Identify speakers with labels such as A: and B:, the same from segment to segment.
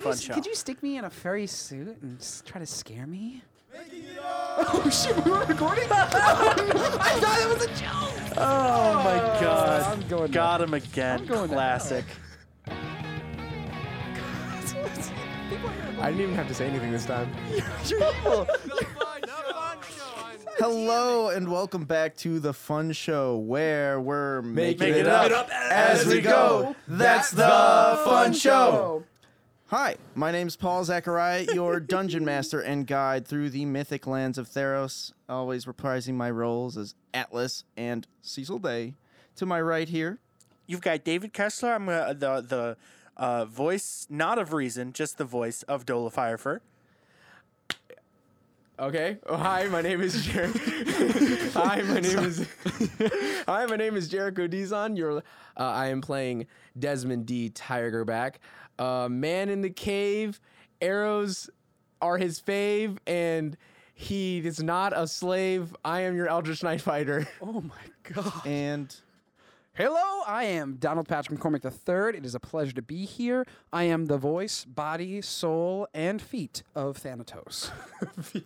A: fun
B: you,
A: show.
B: Could you stick me in a furry suit and s- try to scare me? Oh shit, we were recording? I thought it was a joke!
A: oh my god.
B: I'm going
A: Got him again.
B: I'm going to
A: Classic.
B: People here-
C: I didn't even have to say anything this time.
B: You're evil.
D: Hello and welcome back to the Fun Show, where we're making,
A: it
D: it,
A: up
D: up,
C: as
D: as
C: we
D: we go. That's the Fun Show. Hi, my name's Paul Zachariah, your dungeon master and guide through the mythic lands of Theros, always reprising my roles as Atlas and Cecil Day. To my right here,
A: You've got David Kessler. I'm uh, the the uh, voice, not of reason, just the voice of Dola Firefer.
C: Okay. Oh, hi, my name is Jer. hi, my name is. hi, my name is Jericho Dizon. You're. Uh, I am playing Desmond D. Tigerback, uh, man in the cave. Arrows are his fave, and he is not a slave. I am your Eldritch Knight fighter.
B: Oh my god.
D: and
B: Hello, I am Donald Patrick McCormick III. It is a pleasure to be here. I am the voice, body, soul, and feet of Thanatos.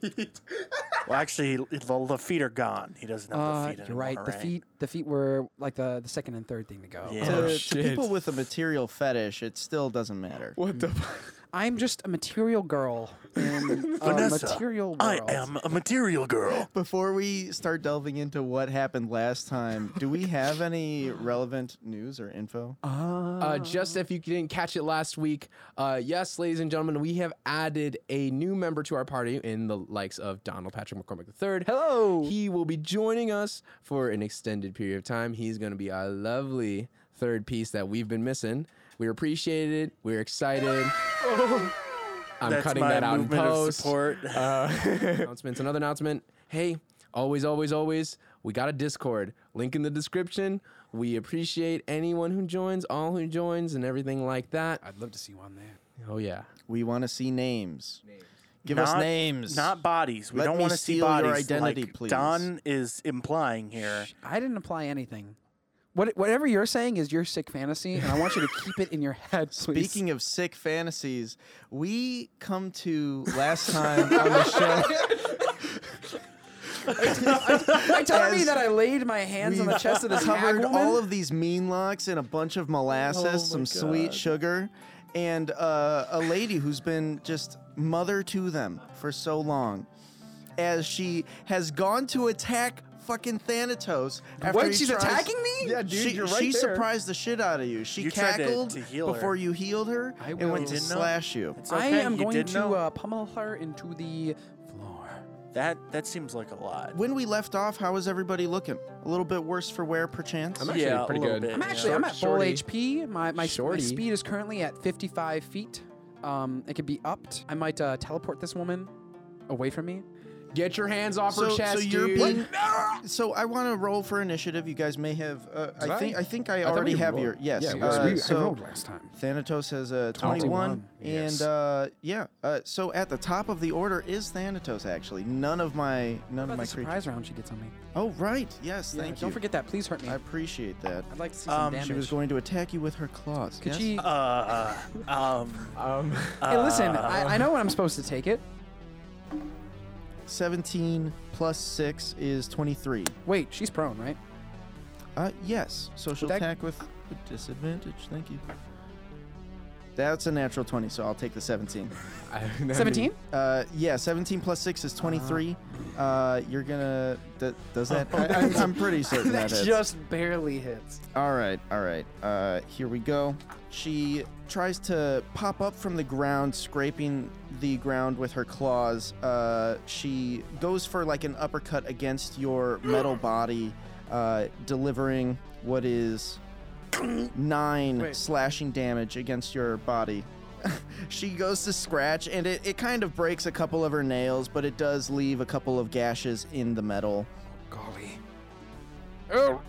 A: Well, actually, he- the, the feet are gone. He doesn't have
B: Uh,
A: the feet
B: you're
A: anymore.
B: right. The feet, the feet were like the, the second and third thing to go.
A: Yeah.
D: to,
C: Oh,
D: to
C: shit.
D: people with a material fetish, it still doesn't matter.
C: What the? Fuck?
B: I'm just a material girl in a
A: Vanessa,
B: material world.
A: I am a material girl.
D: Before we start delving into what happened last time, do we have any relevant news or info?
C: Uh, just if you didn't catch it last week, uh, yes, ladies and gentlemen, we have added a new member to our party in the likes of Donald Patrick McCormick III.
B: Hello.
C: He will be joining us for an extended period of time. He's going to be our lovely third piece that we've been missing. We appreciate it. We're excited. I'm
A: That's
C: cutting
A: my
C: that out in
A: movement of
C: post.
A: support.
C: Announcements. Another announcement. Hey, always, always, always, we got a Discord. Link in the description. We appreciate anyone who joins, all who joins, and everything like that.
B: I'd love to see one there.
C: Oh yeah.
D: We want to see names. Give us
A: Not-
D: names.
A: Not bodies. We
D: Let
A: don't
D: me
A: want to see
D: steal your
A: bodies.
D: identity,
A: like
D: please.
A: Don is implying here.
B: I didn't apply anything. What, whatever you're saying is your sick fantasy, and I want you to keep it in your head. Please.
D: Speaking of sick fantasies, we come to last time on the show.
B: I told me
D: as
B: that I laid my hands on the chest of this
D: covered
B: hag woman.
D: all of these mean locks in a bunch of molasses,
B: Oh
D: some sweet sugar, and uh, a lady who's been just mother to them for so long, as she has gone to attack fucking Thanatos. After
B: Wait,
D: he
B: she's
D: tries-
B: attacking me?
C: Yeah, dude,
D: she,
C: you're right
D: she
C: there.
D: surprised the shit out of you. She
A: You tried to-
D: cackled
A: to heal her.
D: before you healed her
B: I
D: and
B: will-
D: went to
A: Didn't know.
D: slash you.
A: It's
B: I
A: okay,
B: am
A: you
B: going
A: did
B: to
A: know.
B: uh, pummel her into the floor.
A: that that seems like a lot.
D: When we left off, how was everybody looking? A little bit worse for wear, perchance.
C: I'm actually
A: yeah,
C: pretty
A: a little
C: good.
A: Bit,
B: I'm
A: yeah.
B: actually I'm at full
C: Shorty.
B: HP. My my, s- my
C: Shorty.
B: speed is currently at 55 feet. Um, it could be upped. I might uh, teleport this woman away from me.
C: Get your hands off her
D: so,
C: chest,
D: so you're
C: dude.
D: being. So I want to roll for initiative. You guys may have. Uh, I,
C: I?
D: think. I think I,
C: I thought
D: already
C: we
D: have
C: rolled.
D: your. Yes.
C: Yeah, we
D: uh,
C: rolled. We- I
D: so
B: last time.
D: Thanatos has a
B: 21,
D: 21,
B: yes.
D: and uh, yeah. Uh, so at the top of the order is Thanatos. Actually, none of my
B: What
D: none of
B: about
D: my
B: the
D: creatures.
B: surprise round she gets on me?
D: Oh right. Yes.
B: Yeah,
D: thank
B: Don't
D: you.
B: forget that. Please hurt me.
D: I appreciate that.
B: I'd like to see
A: Um,
B: some damage.
D: She was going to attack you with her claws.
B: Could
D: yes?
B: she?
A: Uh, um,
C: um,
B: hey, listen.
D: uh,
B: I, I know when I'm supposed to take it.
D: 17 plus six is 23.
B: Wait, she's prone, right?
D: Uh, yes. So she'll
B: that-
D: attack with disadvantage. Thank you. That's a natural 20, so I'll take the 17.
C: I- that'd be-
B: 17?
D: Uh, yeah, 17 plus 6 is 23. Uh, you're gonna. That, does that. I, am pretty certain that hits.
B: just barely hits.
D: All right, all right. Uh, here we go. She tries to pop up from the ground, scraping the ground with her claws. Uh, she goes for like an uppercut against your metal body, uh, delivering what is nine
B: Wait.
D: slashing damage against your body. she goes to scratch, and it, it kind of breaks a couple of her nails, but it does leave a couple of gashes in the metal.
B: Golly. Oh,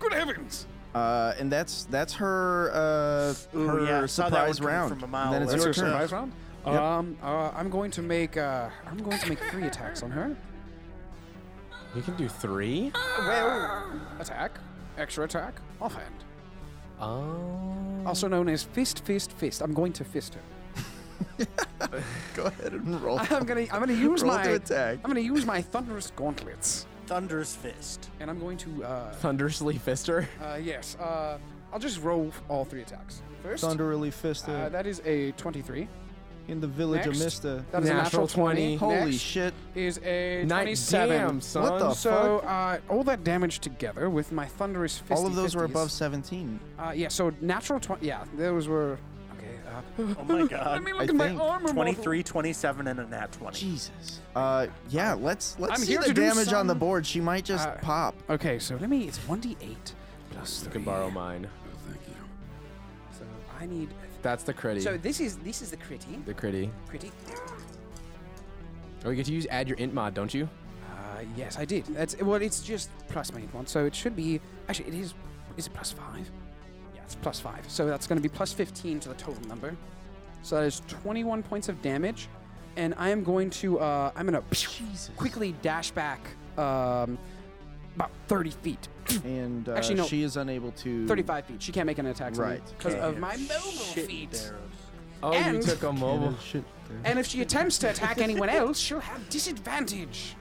B: good heavens!
D: Uh, and that's that's her uh,
A: Ooh,
D: her
A: yeah, I saw that one
D: surprise
A: coming
D: round.
A: from a mile
D: and then
A: away.
D: it's your
A: That's her
D: turn.
A: surprise
B: round. Um, uh, I'm going to make uh, I'm going to make three attacks on her.
C: You can do three.
B: Attack, extra attack, offhand,
C: Oh.
B: also known as fist, fist, fist. I'm going to fist her.
D: Go ahead and roll.
B: I'm gonna I'm gonna use
D: Roll
B: my
D: to attack.
B: I'm gonna use my thunderous gauntlets,
A: Thunder's fist.
B: and I'm going to uh,
C: Thunderslee Fister.
B: uh yes uh I'll just roll all three attacks. First,
D: Thunderily fisted
B: uh, that is a 23.
D: in the village
B: next.
D: of Mista.
B: That is a
C: Natural
B: natural 20.
C: 20.
D: Holy
B: Next
D: shit!
B: is a
C: Night-
B: 27.
C: Damn, son.
D: What the
B: So uh, all that damage together with my thunderous fist.
D: All of those were above 17.
B: Uh, yeah. So natural 20. Yeah, those were. Okay. Uh,
A: Oh my god.
B: let me
D: I
B: look at my
D: think
B: armor. model.
A: 23, 27, and a nat 20.
D: Jesus. Uh, yeah. Let's let's
B: I'm
D: see
B: here
D: the
B: to do
D: damage on the
B: some-
D: board. She might just
B: Uh,
D: pop.
B: Okay, so let me. It's 1d8 plus
C: You
B: three.
C: can borrow mine.
B: Oh, thank you. So I need.
C: That's the critty.
B: So this is this is the critty.
C: the critty.
B: Critty.
C: Oh, you get to use add your int mod, don't you?
B: Uh, yes, I did. That's well. It's just plus my one, so it should be. Actually, it is. Is it plus five? Yeah, it's plus five. So that's going to be plus fifteen to the total number. So that is twenty-one points of damage, and I am going to. Uh, I'm going to quickly dash back um, about thirty feet,
D: And uh,
B: Actually, no.
D: she is unable to.
B: thirty-five feet. She can't make an attack on
D: Right.
B: because of
A: Yeah.
B: my mobile
A: Shit
B: feet.
A: barrels.
C: Oh, you
B: And-
C: took a mobile.
D: Shit.
B: And if she attempts to attack anyone else, she'll have disadvantage.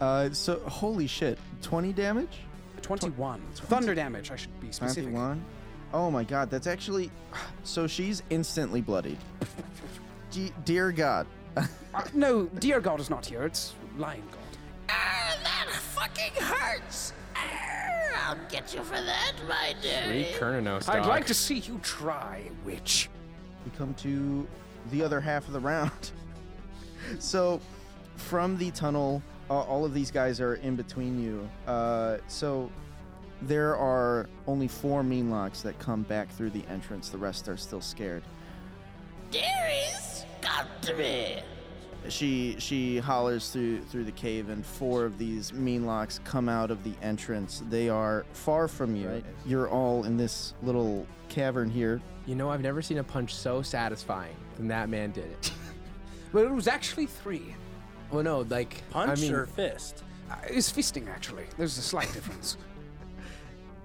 D: Uh, so holy shit, 20 damage.
B: 21. Thunder damage, I should be specific.
D: 21. Oh my god, that's actually. So she's instantly bloodied. D- dear God.
B: Uh, no, dear God is not here. It's Lion God.
E: Ah, that fucking hurts. Ah, I'll get you for that, my
C: Three
E: dude.
C: Kernanos.
B: I'd like to see you try, witch.
D: We come to the other half of the round. so, from the tunnel, uh, all of these guys are in between you. Uh, so, there are only four mean locks that come back through the entrance. The rest are still scared.
E: Dearies, come to me.
D: She she hollers through through the cave, and four of these mean locks come out of the entrance. They are far from you. You're all in this little cavern here.
C: You know, I've never seen a punch so satisfying than that man did it.
B: Well, it was actually three.
C: well, no, like
A: Punch
C: I mean,
A: or fist?
B: Uh, it's fisting, actually. There's a slight difference.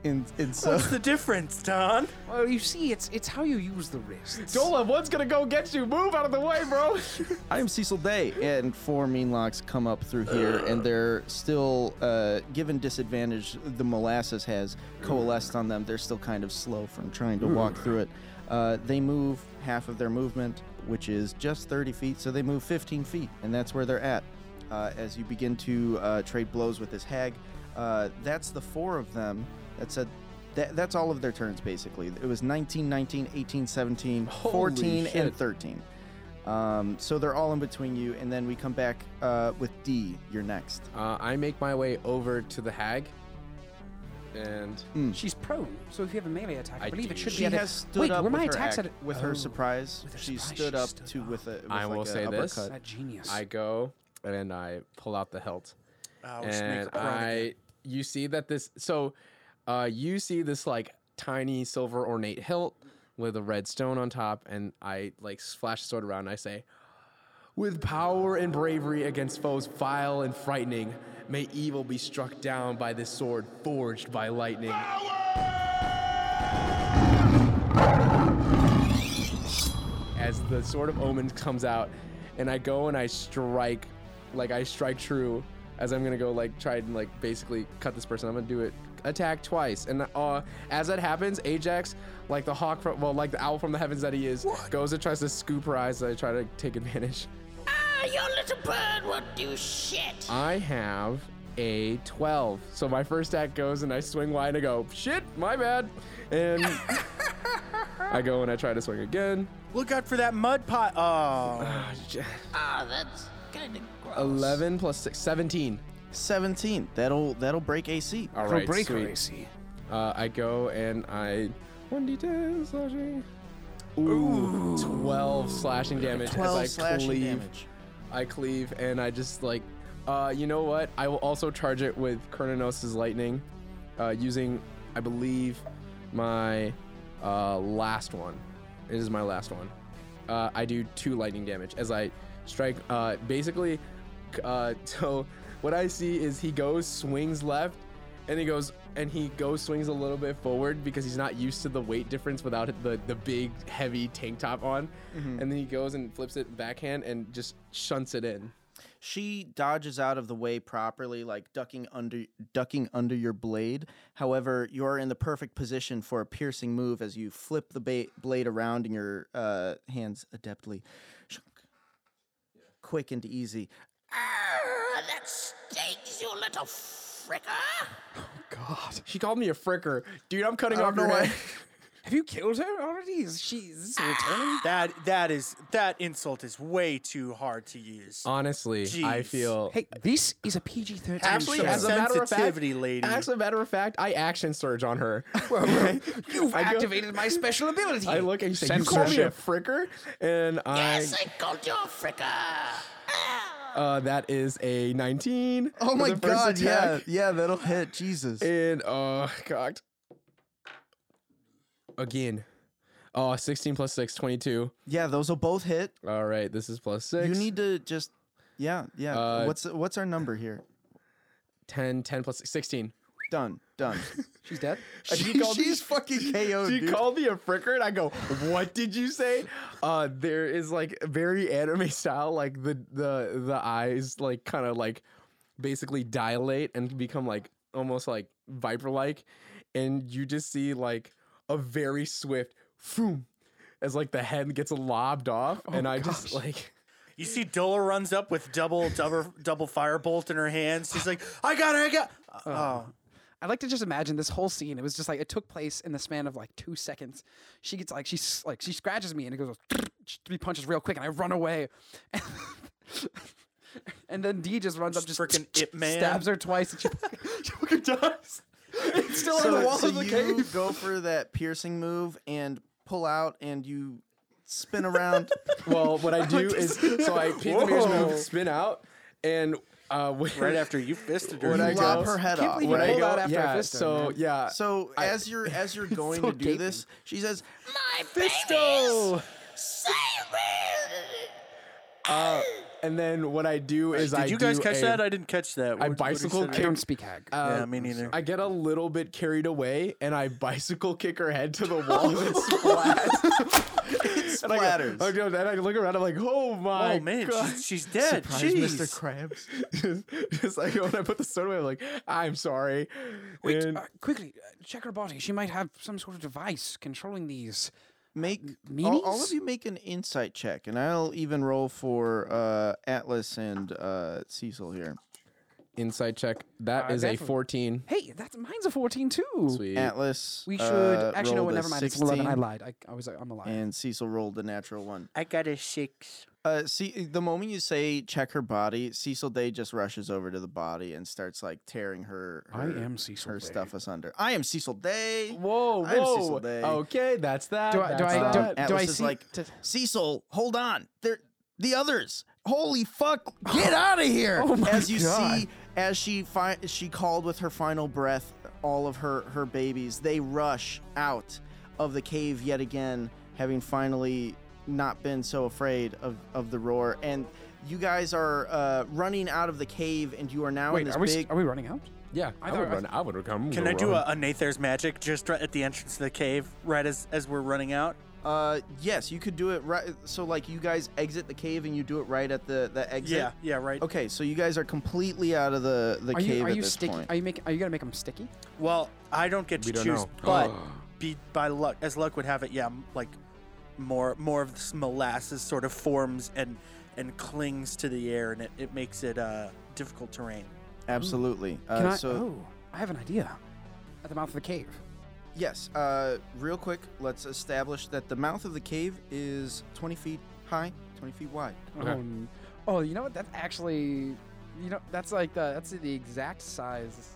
D: And and so
A: What's the difference, Don?
B: Well, you see, it's it's how you use the wrists.
C: Dola, one's gonna go get you. Move out of the way, bro.
D: I'm Cecil Day, and four mean locks come up through here, and they're still uh, given disadvantage. The molasses has coalesced on them. They're still kind of slow from trying to walk through it. Uh, they move half of their movement, which is just 30 feet, so they move 15 feet, and that's where they're at. Uh, as you begin to uh, trade blows with this hag, uh, that's the four of them. That's a that, that's all of their turns basically. It was 19, 19, 18, 17, 14, and
C: shit.
D: 13. Um, so they're all in between you, and then we come back uh, with D. You're next.
C: uh, I make my way over to the hag, and
B: She's prone, so if you have a melee attack, I,
C: I
B: believe it
C: do.
B: should
D: She
B: be. at a-
D: has stood
B: Wait,
D: up
B: were
D: with,
B: my
D: her,
B: attacks
D: ac-
B: at a-
D: with
B: Oh,
D: her surprise.
B: with her
D: she
B: surprise,
D: stood
B: she
D: up
B: stood
D: to
B: up.
D: with a. With
C: I
D: like
C: will
D: a
C: say this.
D: uppercut.
B: that genius.
C: I go and I pull out the hilt.
A: Oh, we should make
C: and
A: a prone again.
C: I, you see that this, so uh, you see this like tiny silver ornate hilt with a red stone on top, and I like flash the sword around and I say, with power and bravery against foes vile and frightening, may evil be struck down by this sword forged by lightning. as the sword of omens comes out and i go and i strike like i strike true as i'm gonna go like try and like basically cut this person i'm gonna do it attack twice and uh as that happens ajax like the hawk from well like the owl from the heavens that he is goes and tries to scoop her eyes and i try to take advantage
E: Ah, your little bird won't do shit.
C: i have a 12 so my first attack goes and i swing wide and i go shit my bad and i go and i try to swing again
A: Look out for that mud pot. Oh,
E: Ah, that's kind of gross.
C: 11 plus 6 17
D: 17. That'll that'll break AC.
C: All
B: Pro
C: right,
B: breaker,
C: sweet.
B: I see.
C: Uh, I go and I 1d10 slashing. Ooh, 12 slashing damage. as
D: 12
C: I
D: slashing
C: cleave,
D: damage.
C: I cleave and I just like, uh, you know what? I will also charge it with Kernanos' lightning, uh, using, I believe, my uh, last one. It is my last one. Uh, I do two lightning damage as I strike. Uh, basically, uh, so what I see is he goes, swings left, and he goes and he goes swings a little bit forward because he's not used to the weight difference without the the big heavy tank top on, and then he goes and flips it backhand and just shunts it in.
D: She dodges out of the way properly, like ducking under ducking under your blade. However, you are in the perfect position for a piercing move as you flip the ba- blade around in your uh, hands adeptly, Shunk. quick and easy.
E: Arr, Ah, that stings, you little fricker!
B: God.
C: She called me a fricker, dude. I'm cutting off your
D: know why-
C: head.
B: Have you killed her already? Is she is this
C: Ah.
B: returning?
A: That that is that insult is way too hard to use.
C: Honestly, I
A: Jeez.
C: feel
B: Hey, this is a PG thirteen.
A: Actually,
C: actually, as a
A: Sure.
C: matter of fact,
A: Sensitivity, lady.
C: As a matter of fact, I action surge on her.
B: you've
C: I go-
B: activated my special ability.
C: I look and you say, "You call me a
B: Censorship.
C: fricker," and I
E: Yes, I called you a fricker! Ah, Arr.
C: uh, that is a 19.
D: Oh
C: for
D: my
C: the first
D: god! Yeah,
C: attack.
D: yeah, that'll hit. Jesus.
C: And uh, cocked again. Oh, 16 plus 6, 22.
D: Yeah, those will both hit.
C: All right, this is plus 6.
D: You need to just, yeah, yeah.
C: Uh,
D: what's what's our number here?
C: 10, 10 plus 6, 16.
D: Done, done.
B: She's dead.
C: She called me-
D: She's fucking KO'd.
C: She
D: dude.
C: called me a fricker, and I go, "What did you say?" Uh, there is like very anime style, like the the the eyes like kind of like basically dilate and become like almost like viper like, and you just see like a very swift foom as like the head gets lobbed off,
D: Oh,
C: and I just like.
A: You see, Dola runs up with double double double firebolt in her hands. She's like, "I got it, I got." Oh,
B: I'd like to just imagine this whole scene. It was just like it took place in the span of like two seconds. She gets like she's like she scratches me and it goes three punches real quick and I run away. and then D just runs up, just
A: Frickin' Ip Man.
B: stabs her twice and she, she fucking dies. It's still on the
D: So,
B: wall
D: so
B: of the
D: you
B: cave.
D: go for that piercing move and pull out, and you spin around.
C: Well, what I do is so I peek the mirror's move, spin out, and uh, when,
A: right after you fisted her,
C: When I
A: you
C: go-
D: Lop her head
B: Can't
D: off.
B: believe
C: when
B: you
C: I
B: pulled
C: go
B: out after a
C: yeah,
B: fist her,
C: so
B: man.
C: yeah,
D: So as you're as you're going to do
B: gaping.
D: this, she says,
E: My
C: Fisto!
E: babies! Save me!
C: And then what I do is I
A: Did you guys
C: do
A: catch
C: a-
A: that? I didn't catch that. What- what
C: bicycle
A: did
B: I
A: you say?
B: don't speak hag.
D: Uh,
A: yeah, me neither.
C: I get a little bit carried away and I bicycle kick her head to the wall and splats. And I go-
D: Splatters.
C: I go, and I look around. I'm like, oh my
A: Oh man,
C: god!
A: she's, she's dead.
D: "Surprise, Mr.
A: Jeez.
D: Krabs."
C: Just like when I put the soda away, I'm like, I'm sorry.
B: Wait,
C: And
B: uh, quickly uh, check her body. She might have some sort of device controlling these.
D: Make all, all of
B: meanies?
D: you make an insight check, and I'll even roll for uh, Atlas and uh, Cecil here.
C: insight check. That
B: Uh,
C: is
B: definitely.
C: a 14.
B: Hey, that's mine's a fourteen too.
C: Sweet.
D: Atlas,
B: We should
D: uh,
B: actually no.
D: rolled
B: What,
D: a
B: never mind. It's eleven. I
D: 16,
B: lied. I, I was. I'm a liar.
D: And Cecil rolled a natural one.
A: I got a six.
D: Uh, see, the moment you say check her body, Cecil Day just rushes over to the body and starts like tearing her. her
B: I am Cecil
D: Her
B: Day.
D: stuff is under. I am Cecil Day.
C: Whoa,
D: I'm Cecil
C: whoa.
D: Day.
C: Okay, that's that.
B: Do I- do
C: that's
B: I-
D: Um,
B: Oh, do-
C: that.
B: I
D: Atlas is
B: see-
D: like "T- Cecil, hold on. They're the others. Holy fuck! Get out of here!
C: Oh,
B: Oh
D: as you see, as she fi- she called with her final breath, all of her her babies. They rush out of the cave yet again, having finally not been so afraid of of the roar. And you guys are uh, running out of the cave, and you are now in
B: Wait,
D: this
B: are we s-
D: big.
B: are we running out?
C: yeah, I,
B: thought-
C: would
B: I-
C: run. I would come.
A: Can I do a, a Nather's magic just right at the entrance of the cave, right as as we're running out?
D: Uh, yes, you could do it right. So like you guys exit the cave, and you do it right at the the exit.
A: Yeah, yeah, right.
D: Okay, so you guys are completely out of the the
B: Are
D: cave
B: you are
D: at
B: you
D: this
B: sticky?
D: point.
B: Are you make are you gonna make them sticky?
A: Well, I don't get to
C: We don't
A: choose,
C: know.
A: but be, by luck, as luck would have it, yeah, m- like more more of this molasses sort of forms and and clings to the air, and it, it makes it uh, difficult terrain.
D: Absolutely.
B: Can
D: Uh,
B: I?
D: so
B: oh, I have an idea. At the mouth of the cave.
D: yes, uh, real quick, let's establish that the mouth of the cave is 20 feet high, 20 feet wide.
C: Okay.
B: Oh, n- oh, you know what? That's actually, you know, that's like the that's the exact size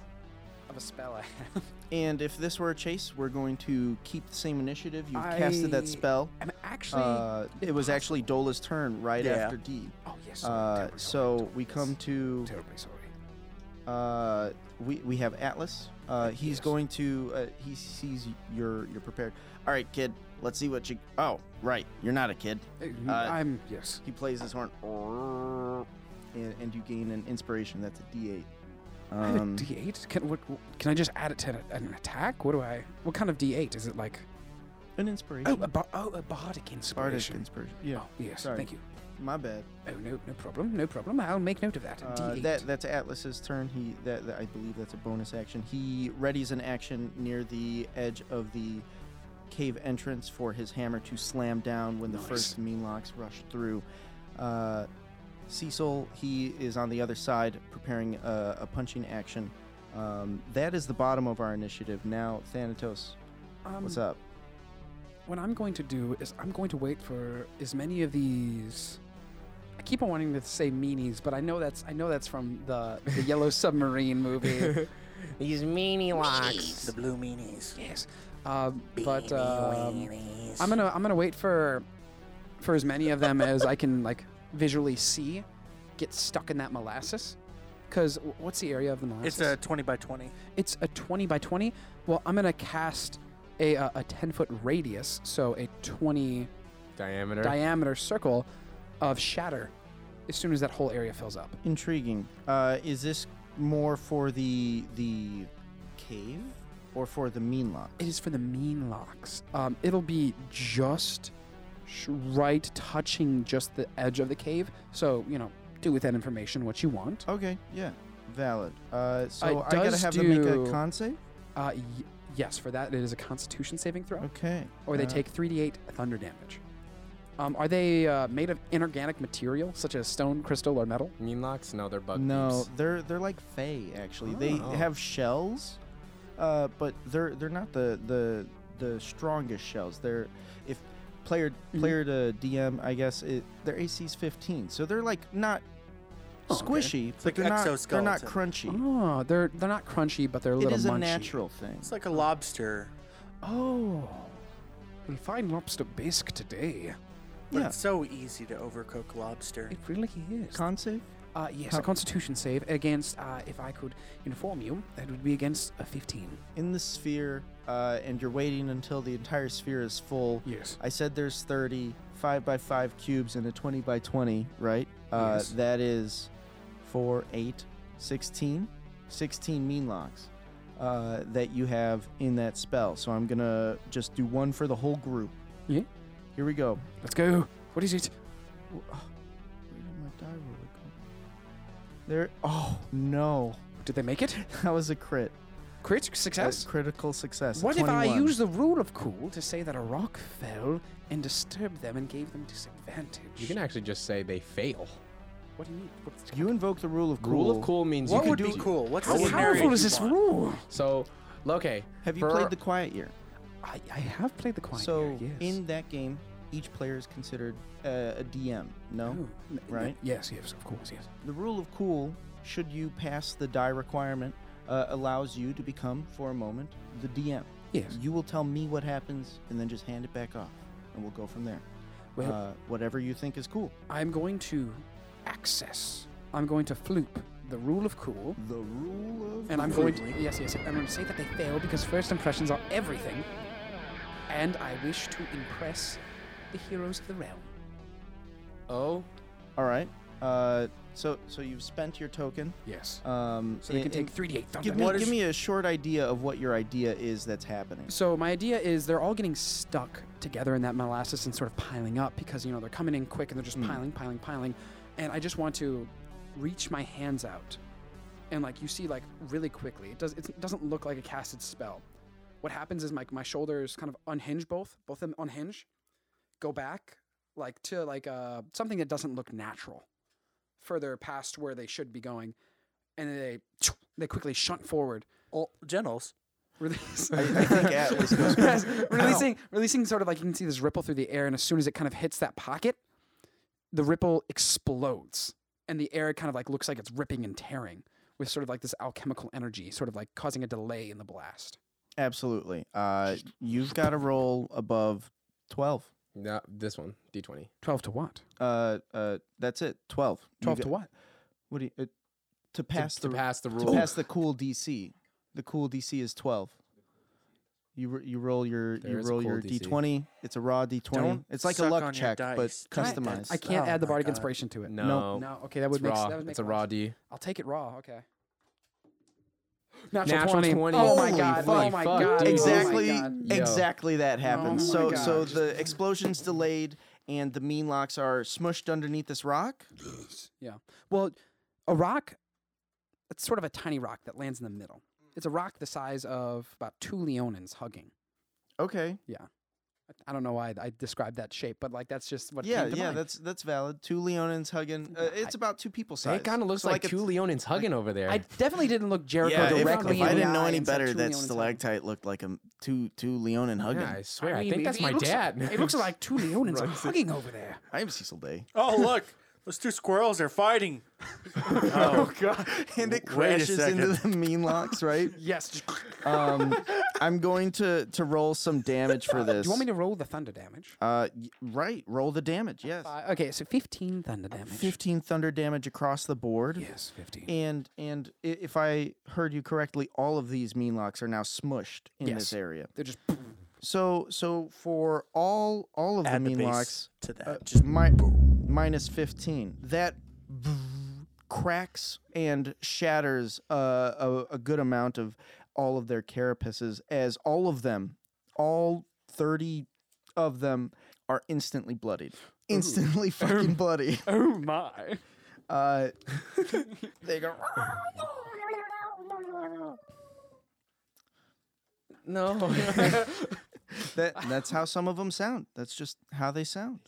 B: of a spell I have.
D: And if this were a chase, we're going to keep the same initiative. You've casted that
B: I-
D: spell.
B: I'm actually.
D: Uh, it was actually Dola's turn right
A: Yeah.
D: after D.
B: oh yes. sorry,
D: Uh,
B: terribly sorry,
D: so we come to
B: terribly sorry.
D: uh, we we have Atlas. Uh, he's
B: Yes.
D: going to uh, he sees y- you're you're prepared. All right, kid. Let's see what you. Oh, right. You're not a kid.
B: terribly sorry.
D: uh,
B: Uh, I'm yes.
D: He plays his horn, and, and you gain an inspiration. That's a D8.
B: Add a
D: Um,
B: D8? Can what, can I just add it to an, an attack? What do I? What kind of D8 is it? Like
D: an inspiration.
B: oh, a bar, oh, a bardic
D: Bardic
B: inspiration.
D: inspiration. Yeah.
B: Oh, yes,
D: Sorry.
B: thank you.
D: My bad.
B: Oh no, no problem, no problem. I'll make note of that.
D: Uh,
B: D8.
D: that that's Atlas's turn. He that, that- I believe that's a bonus action. He readies an action near the edge of the cave entrance for his hammer to slam down when the
B: Nice.
D: first Meanlocks rush through. Uh, Cecil, he is on the other side preparing a, a punching action. Um, that is the bottom of our initiative. Now, Thanatos,
B: um,
D: what's up?
B: What I'm going to do is I'm going to wait for as many of these. I keep on wanting to say meanies, but I know that's I know that's from the the Yellow Submarine movie.
C: These meanie locks.
A: The blue meanies.
B: yes, um, but um, I'm gonna I'm gonna wait for for as many of them as I can like visually see get stuck in that molasses. Because what's the area of the molasses?
A: It's a 20 by 20.
B: It's a 20 by 20. Well, I'm going to cast a, uh, a, a 10 foot radius, so a 20
C: Diameter.
B: diameter circle of shatter as soon as that whole area fills up.
D: Intriguing. Uh, is this more for the the cave or for the Meanlocks?
B: It is for the mean locks. Um, it'll be just sh- right touching just the edge of the cave. So, you know, do with that information what you want.
D: Okay, yeah, valid. Uh, so
B: It
D: I gotta
B: does
D: have them make
B: do-
D: a con save.
B: Uh, y- yes, for that, it is a constitution saving throw.
D: Okay.
B: or they
D: uh,
B: take 3d8 thunder damage. Um, are they uh, made of inorganic material such as stone, crystal, or metal?
C: Mean locks? No, they're bug
D: No,
C: peeps.
D: they're they're like fey actually. They
C: Oh.
D: have shells, uh, but they're they're not the the the strongest shells. They're if player
B: Mm-hmm.
D: player to DM, I guess it, their AC is 15, so they're like not
B: Oh, okay.
D: squishy, but
A: like
D: they're not they're not
A: exoskeleton.
D: crunchy.
B: Oh, they're they're not crunchy, but they're a
D: It
B: little
D: is a
B: munchy.
D: natural thing.
A: It's like a lobster,
B: Oh, we'll find lobster bisque today.
A: but
D: Yeah.
A: it's so easy to overcook lobster.
B: It really is.
D: Con save.
B: uh, yes,
D: Huh.
B: a Constitution save against. Uh, if I could inform you, that would be against a 15.
D: in the sphere, uh, and you're waiting until the entire sphere is full.
B: Yes.
D: I said there's 30 5 by 5 cubes and a 20 by 20, right? Uh,
B: Yes.
D: That is 4, 8, 16, 16 mean locks uh, that you have in that spell. So I'm going to just do one for the whole group.
B: Yeah.
D: Here we go.
B: Let's go. What is it?
D: Where did my die roller go? There. Oh, no.
B: Did they make it?
D: That was a crit.
B: Crit
D: A
B: success.
D: critical success. a
B: What if I
D: 21.
B: use the rule of cool to say that a rock fell and disturbed them and gave them disadvantage?
C: You can actually just say they fail.
B: what do you mean? What's
D: You invoke the rule of cool.
C: Rule of cool means
A: what
C: you
A: would
C: can
A: be
C: do.
A: cool? What's
B: how
A: the scenario
B: powerful is
A: you
B: this
A: want?
B: rule?
C: So, okay.
D: Have you
C: for-
D: played the Quiet Year?
B: I, I have played the quiet
D: so
B: Year, yes.
D: in that game, each player is considered uh, a DM. No,
B: Oh, n-
D: right?
B: n- yes, yes, of course, yes.
D: the rule of cool. Should you pass the die requirement, uh, allows you to become for a moment the DM.
B: Yes.
D: You will tell me what happens, and then just hand it back off, and we'll go from there.
B: Well-
D: uh, whatever you think is cool.
B: I'm going to access. I'm going to floop the rule of cool.
D: The rule of
B: And I'm going to yes, yes. I'm going to say that they fail because first impressions are everything. And I wish to impress the heroes of the realm.
C: Oh,
D: All right. Uh, so so you've spent your token.
B: Yes.
D: Um,
B: So they can
D: and-
B: take
D: and
B: 3d8 thunder.
D: Give me, give me a short idea of what your idea is that's happening.
B: So my idea is they're all getting stuck together in that molasses and sort of piling up because you know they're coming in quick and they're just piling, piling, piling, and I just want to reach my hands out, and like you see like really quickly. It does it's- it doesn't look like a casted spell. What happens is my my shoulders kind of unhinge both, both of them unhinge, go back like to like uh something that doesn't look natural, further past where they should be going, and then they they quickly shunt forward.
A: Oh, generals.
B: Release.
D: I think Atlas goes
B: Yes, releasing, releasing sort of like you can see this ripple through the air, and as soon as it kind of hits that pocket, the ripple explodes, and the air kind of like looks like it's ripping and tearing with sort of like this alchemical energy, sort of like causing a delay in the blast.
D: Absolutely. Uh, you've got to roll above 12.
C: no, this one, D20.
B: Twelve to what?
D: Uh, uh, that's it. 12. You
B: Twelve
D: got-
B: to what?
D: What do you, uh, to pass
C: to,
D: the
C: to pass the
D: to
C: rule.
D: pass the cool DC. The cool DC is 12. You ro- you roll your
C: There
D: you
C: is a
D: roll
C: cool
D: your
C: DC.
D: D20. It's a raw D20.
A: Don't
D: it's like a
A: suck
D: luck
A: on your
D: check but
A: dice. Can I-
D: customized.
B: I can't
A: Oh
B: add the
A: my
B: bardic
A: God.
B: inspiration to it.
C: no.
B: No. Okay, that
C: It's
B: would make s-
C: raw.
B: that would make
C: it's a
B: more
C: raw
B: sense.
C: D.
B: I'll take it raw. Okay. Natural,
C: Natural
B: 20.
C: 20.
B: Oh
C: Holy
B: my god. Oh
C: fuck,
B: my
C: dude.
B: god.
D: exactly
B: Oh my god.
C: Yo.
D: exactly that happens.
B: my
D: so
B: God.
D: so the explosion's delayed and the mean locks are smushed underneath this rock.
B: Yeah. Well, a rock, it's sort of a tiny rock that lands in the middle.
D: Mm.
B: It's a rock the size of about two Leonins hugging.
D: Okay.
B: I don't know why I described that shape, but like that's just what
D: yeah,
B: came to
D: yeah,
B: mind.
D: that's that's valid. Two Leonins hugging. Uh, it's about two people size.
C: It kind of looks
D: So,
C: like,
D: it's-
C: two Leonins hugging over there.
B: I definitely didn't look Jericho
D: Yeah, if,
B: directly
D: if
B: in
D: I
B: the
D: didn't know
B: eye
D: any
B: and said
D: better,
B: two
D: that
B: Leonins hugging.
D: stalactite looked like a two two Leonin hugging.
C: yeah, I swear, I,
B: mean,
C: think that's
B: it
C: my
B: looks-
C: dad.
B: It looks like two Leonins are hugging over there.
D: I am Cecil Day.
A: Oh, look. Those two squirrels are fighting.
D: and it
A: Wait a
D: crashes into the mean locks, right?
B: Yes. Do
D: Um, I'm going to to roll some damage for this.
B: you want me to roll the thunder damage?
D: Uh, y- right. Roll the damage. Yes.
B: Uh, okay, so 15 thunder
D: uh,
B: damage.
D: 15 thunder damage across the board.
B: Yes, 15.
D: And and i- if I heard you correctly, all of these mean locks are now smushed in
B: Yes.
D: this area.
B: They're just
D: So so for all all of
A: Add
D: the
A: the
D: mean
A: base
D: locks,
A: to that.
D: uh,
A: Just
D: mi- minus 15. That cracks and shatters uh, a, a good amount of all of their carapaces as all of them, all 30 of them, are instantly bloodied. Instantly fucking bloody.
B: Oh my.
D: Uh, they go.
C: no.
D: That, that's how some of them sound. That's just how they sound.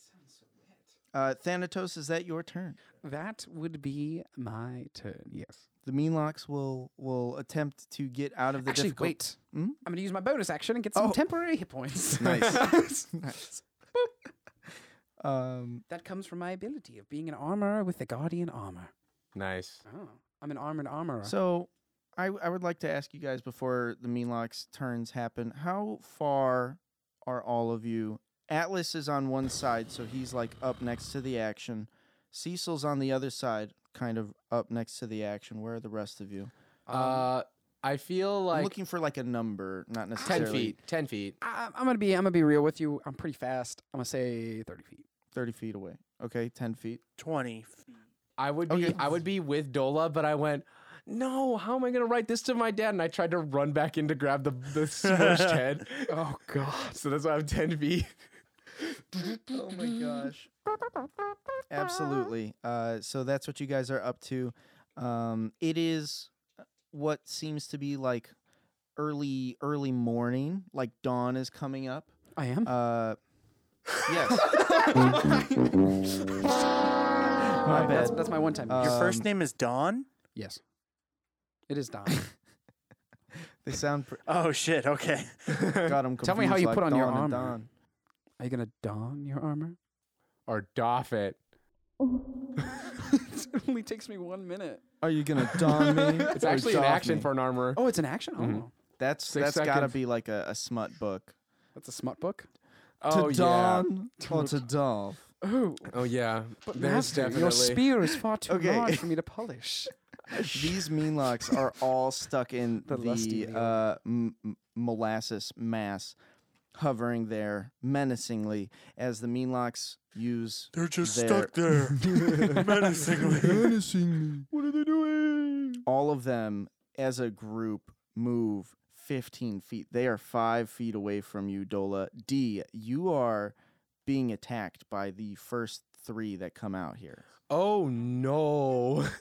D: Uh, Thanatos, is that your turn?
B: That would be my turn. Yes.
D: The Meanlocks will will attempt to get out of the
B: Actually,
D: difficult.
B: wait. I'm going to use my bonus action and get some
D: Oh.
B: temporary hit points.
D: Nice. nice. Um,
B: that comes from my ability of being an armorer with the guardian armor.
C: nice.
B: Oh, I'm an armored armorer.
D: so, I I would like to ask you guys before the Meanlocks turns happen. How far are all of you? Atlas is on one side, so he's like up next to the action. Cecil's on the other side, kind of up next to the action. Where are the rest of you?
C: Uh, I feel
D: I'm
C: like
D: looking for like a number, not necessarily
C: ten feet. Ten feet.
B: I, I'm gonna be I'm gonna be real with you. I'm pretty fast. I'm gonna say 30 feet.
D: thirty feet away. Okay, ten feet.
A: 20.
C: I would be
D: Okay.
C: I would be with Dola, but I went, no, how am I gonna write this to my dad? And I tried to run back in to grab the, the smushed head.
B: Oh God.
C: So that's why I'm ten feet.
D: Oh my gosh. Absolutely. Uh, so that's what you guys are up to. Um, it is uh, what seems to be like early, early morning, like dawn is coming up.
B: I am.
D: Uh, yes. my
B: that's,
D: bad.
B: that's my one time.
D: Uh,
B: You're-
A: Your first
D: Um,
A: name is Don?
B: yes. It is Don.
D: They sound. Pr-
A: Oh, shit. Okay.
D: got 'em
B: Tell me how
D: confused,
B: you
D: like
B: put on your
D: dawn and
B: armor.
D: dawn.
B: Are you gonna don your armor?
C: Or doff it.
B: it only takes me one minute.
D: Are you gonna dawn me?
C: It's actually an action for an armor.
B: Oh, it's an action. Oh,
D: That's
C: Six
D: that's gotta
C: seconds.
D: be like a, a smut book.
B: that's a smut book.
C: Oh
D: to
C: yeah.
D: dawn or to doff.
B: Oh,
C: Oh yeah.
B: but
C: There's
B: master, your
C: definitely
B: spear is far too
D: Okay.
B: large for me to polish.
D: These mean locks are all stuck in the,
B: The lusty meal.
D: uh, m- m- molasses mass, hovering there menacingly as the mean locks use.
A: They're just
D: They're-
A: stuck there. menacingly.
D: menacingly. What are they doing? All of them, as a group, move 15 feet. They are five feet away from you, Dola. D, you are being attacked by the first three that come out here.
C: Oh no.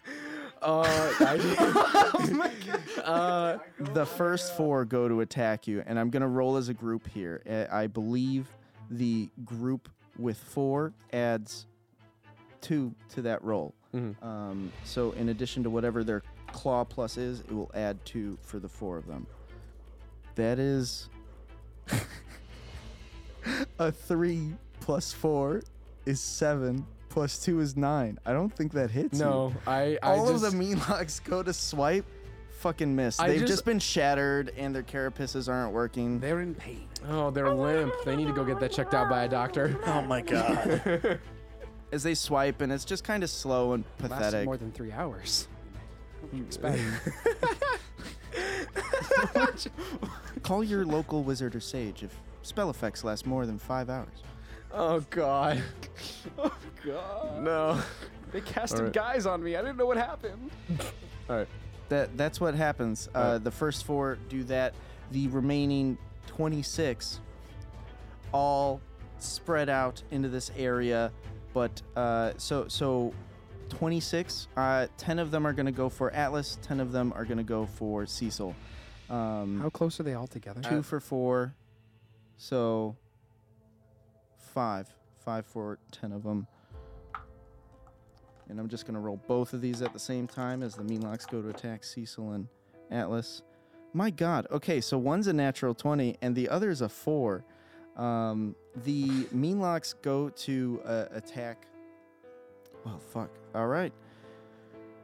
C: Uh, I, oh my god. Uh,
D: the first four go to attack you, and I'm gonna roll as a group here. Uh, I believe the group with four adds two to that roll.
C: Mhm.
D: Um, so in addition to whatever their claw plus is, it will add two for the four of them. That is a three plus four is seven plus two is nine. I don't think that hits. you
C: no, I, I
D: all
C: just,
D: of the mean locks go to swipe fucking miss
C: I
D: they've just,
C: just-
D: been shattered and their carapaces aren't working
B: They're in pain.
C: Oh, they're limp. They need to go get that checked out by a doctor.
A: Oh, my God.
D: as they swipe and it's just kind of slow and
B: Lasted
D: pathetic
B: more than three hours. What do you expect?
D: call your local wizard or sage if spell effects last more than five hours
C: Oh god.
B: oh God!
C: No.
B: They casted
C: Alright.
B: guys on me. I didn't know what happened.
C: All right.
D: That that's what happens. Uh, the first four do that. The remaining twenty six all spread out into this area, but uh, so so twenty six. Uh, ten of them are gonna go for Atlas. Ten of them are gonna go for Cecil. Um,
B: How close are they all together?
D: two for four, so five, five for ten of them. And I'm just gonna roll both of these at the same time as the Meanlocks go to attack Cecil and Atlas. My God. Okay, so one's a natural twenty and the other is a four. Um, the Meanlocks go to uh, attack. Well, fuck. All right.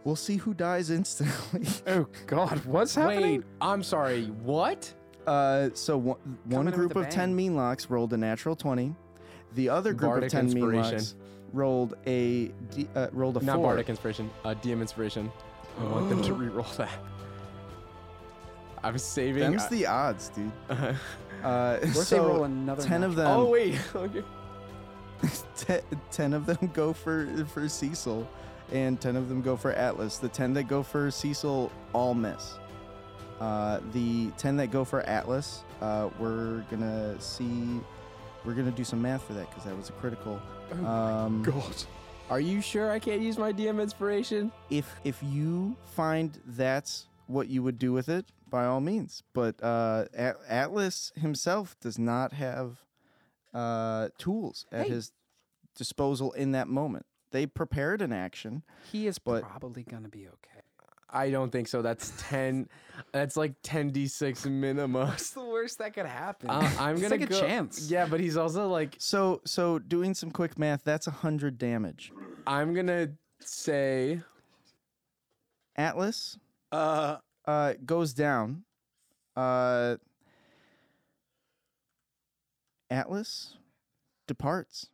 D: We'll see who dies instantly.
B: Oh God, what's happening?
C: Wait, I'm sorry. What?
D: Uh, so one, one
B: Coming in
D: group
B: with
D: of
B: a
D: 10 mean locks rolled a natural 20. The other group
C: Bardic
D: of 10 mean
C: inspiration.
D: locks rolled a d- uh, rolled a
C: Not
D: 4.
C: bardic inspiration. Uh, DM inspiration. I want them to reroll that. I was saving.
D: Them's
C: I-
D: the odds, dude.
C: Uh,
D: Uh,
B: What if they
D: so
B: roll another
D: 10 of them
C: oh wait. Okay.
D: te- 10 of them go for for Cecil and 10 of them go for Atlas. The 10 that go for Cecil all miss. Uh, the 10 that go for Atlas, uh, we're going to see we're going to do some math for that cuz that was a critical. um
B: God.
C: Are you sure I can't use my DM inspiration?
D: if if you find that's what you would do with it, by all means. But uh, At- Atlas himself does not have uh, tools at
B: Hey.
D: his disposal in that moment. They prepared an action.
B: He is
D: But-
B: probably gonna be okay.
C: I don't think so. That's ten. that's like ten d6 minima.
B: What's the worst that could happen?
C: Uh, I'm
B: It's
C: gonna
B: like
C: go-
B: a chance.
C: Yeah, but he's also like
D: So so doing some quick math, that's hundred damage.
C: I'm gonna say
D: Atlas
A: Uh,
D: uh, goes down. Uh, Atlas departs.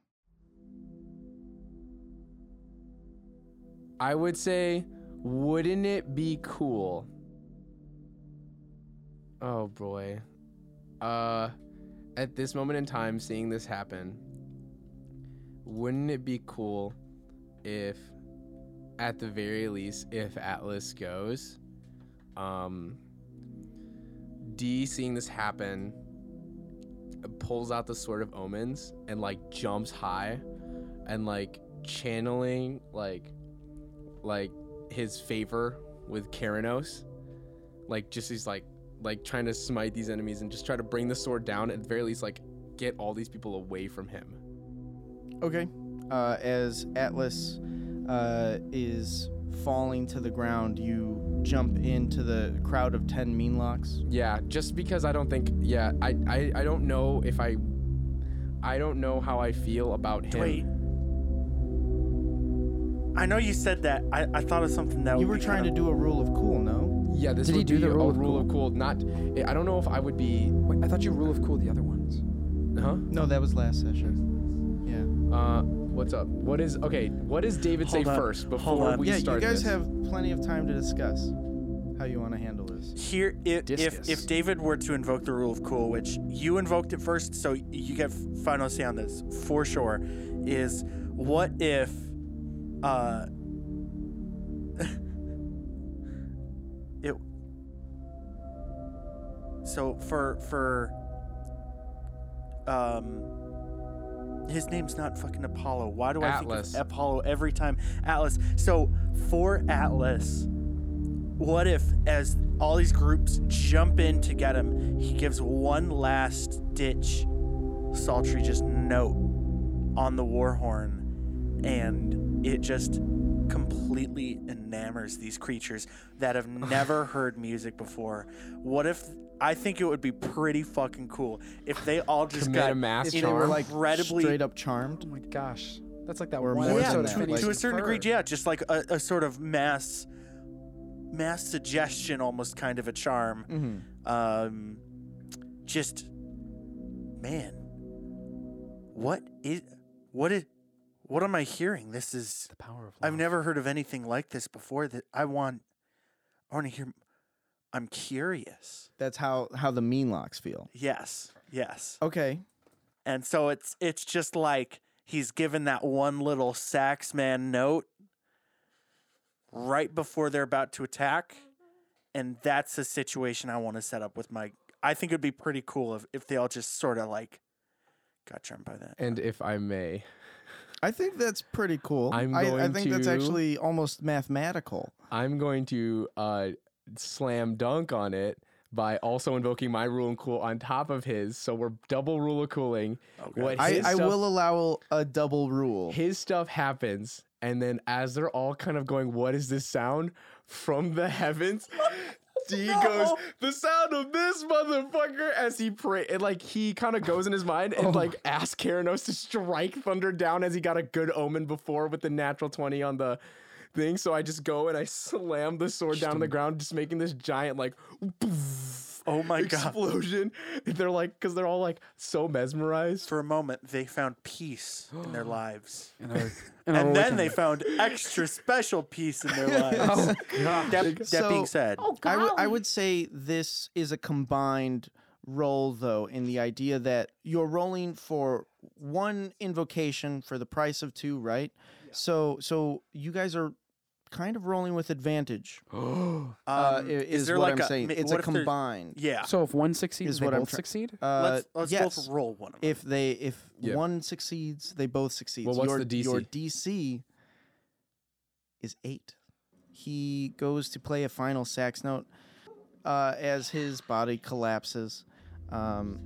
C: I would say, wouldn't it be cool? Oh boy. Uh at this moment in time seeing this happen, wouldn't it be cool if at the very least if Atlas goes um D seeing this happen pulls out the sword of omens and like jumps high and like channeling like like his favor with Karanos. Like just he's like like trying to smite these enemies and just try to bring the sword down at the very least like get all these people away from him.
D: Okay. Uh, as Atlas uh, is falling to the ground, you jump into the crowd of 10 mean locks.
C: Yeah, just because I don't think yeah, I I, I don't know if I I don't know how I feel about him.
A: wait. I know you said that. I, I thought of something that
C: Oh,
D: You
A: would
D: were
A: be
D: trying to
A: kinda-
D: do a rule of cool, no?
C: Yeah, this
B: Did he
C: would
B: do
C: be
B: the
C: a
B: rule
C: rule
B: of cool?
C: of cool. Not I don't know if I would be
B: Wait, I thought you rule of cool the other ones.
C: huh?
D: No, that was last session. Yeah.
C: Uh what's up? What is okay, what does David
A: Hold
C: say
A: on,
C: first
A: hold
C: before
A: on.
C: we
D: yeah, you
C: start
D: guys
C: this?
D: have plenty of time to discuss how you want to handle this.
A: here if, if
C: Discus.
A: if David were to invoke the rule of cool, which you invoked it first, so you get final say on this for sure, is what if uh it so for for um his name's not fucking Apollo. Why do I
C: Atlas.
A: think of Apollo every time? Atlas. So for Atlas, what if as all these groups jump in to get him, he gives one last ditch sultry just note on the war horn and it just completely enamors these creatures that have never heard music before. What if I think it would be pretty fucking cool if they all just
C: Commit
A: got
C: a mass
A: in- they were
C: charm?
A: like incredibly-
D: straight up
B: Oh
D: charmed.
B: my gosh, that's like that
D: Or
B: one
D: more
A: yeah,
B: episode
D: than
B: of
D: that,
A: to,
B: Twin
D: like-
A: to a
B: Peaks
A: certain degree,
B: Fur.
A: yeah, just like a, a sort of mass mass suggestion almost kind of a charm.
D: Mm-hmm.
A: Um, just man, what is what is what am I hearing? This is
B: The power of
A: I've
B: love.
A: never heard of anything like this before. That I want, I want to hear. I'm curious.
D: That's how, how the mean locks feel.
A: Yes, yes.
D: Okay.
A: And so it's it's just like he's given that one little sax man note right before they're about to attack, And that's the situation I want to set up with my. I think it would be pretty cool if, if they all just sort of like got jumped by that.
C: And if I may,
D: I think that's pretty cool.
C: I'm
D: I, I
C: going
D: think that's
C: to-
D: actually almost mathematical.
C: I'm going to uh, slam dunk on it by also invoking my rule and cool on top of his. So we're double rule of cooling. What
D: I,
C: his
D: I
C: stuff-
D: will allow a double rule.
C: His stuff happens, and then as they're all kind of going, "What is this sound?" from the heavens. D goes the sound of this motherfucker as he pray and like he kind of goes in his mind
A: Oh
C: and like asks Karanos to strike thunder down as he got a good omen before with the natural twenty on the thing. So I just go and I slam the sword down on the ground, just making this giant like
A: Oh my God.
C: explosion. They're like because they're all like so mesmerized.
A: For a moment, they found peace in their lives.
B: And, I-
A: And then they found extra special peace in their lives. that that being
D: Oh So- oh,
A: said,
D: I would- I would say this is a combined roll, though, in the idea that you're rolling for one invocation for the price of two, right? So, so you guys are kind of rolling with advantage. uh, i-
A: um,
D: is,
A: there
D: what
A: like
D: I'm
A: a-
D: saying.
A: ma-
D: It's a
A: what if there's-
D: combined.
A: yeah.
B: so if one succeeds,
D: Is
B: they
D: what I'm
B: both
D: try-
B: succeed.
D: Uh,
A: let's let's
D: yes.
A: both roll one of them.
D: If they if
C: Yeah.
D: one succeeds, they both succeed.
C: Well, what's
D: your,
C: the DC?
D: Your DC is eight. He goes to play a final sax note uh, as his body collapses. Um,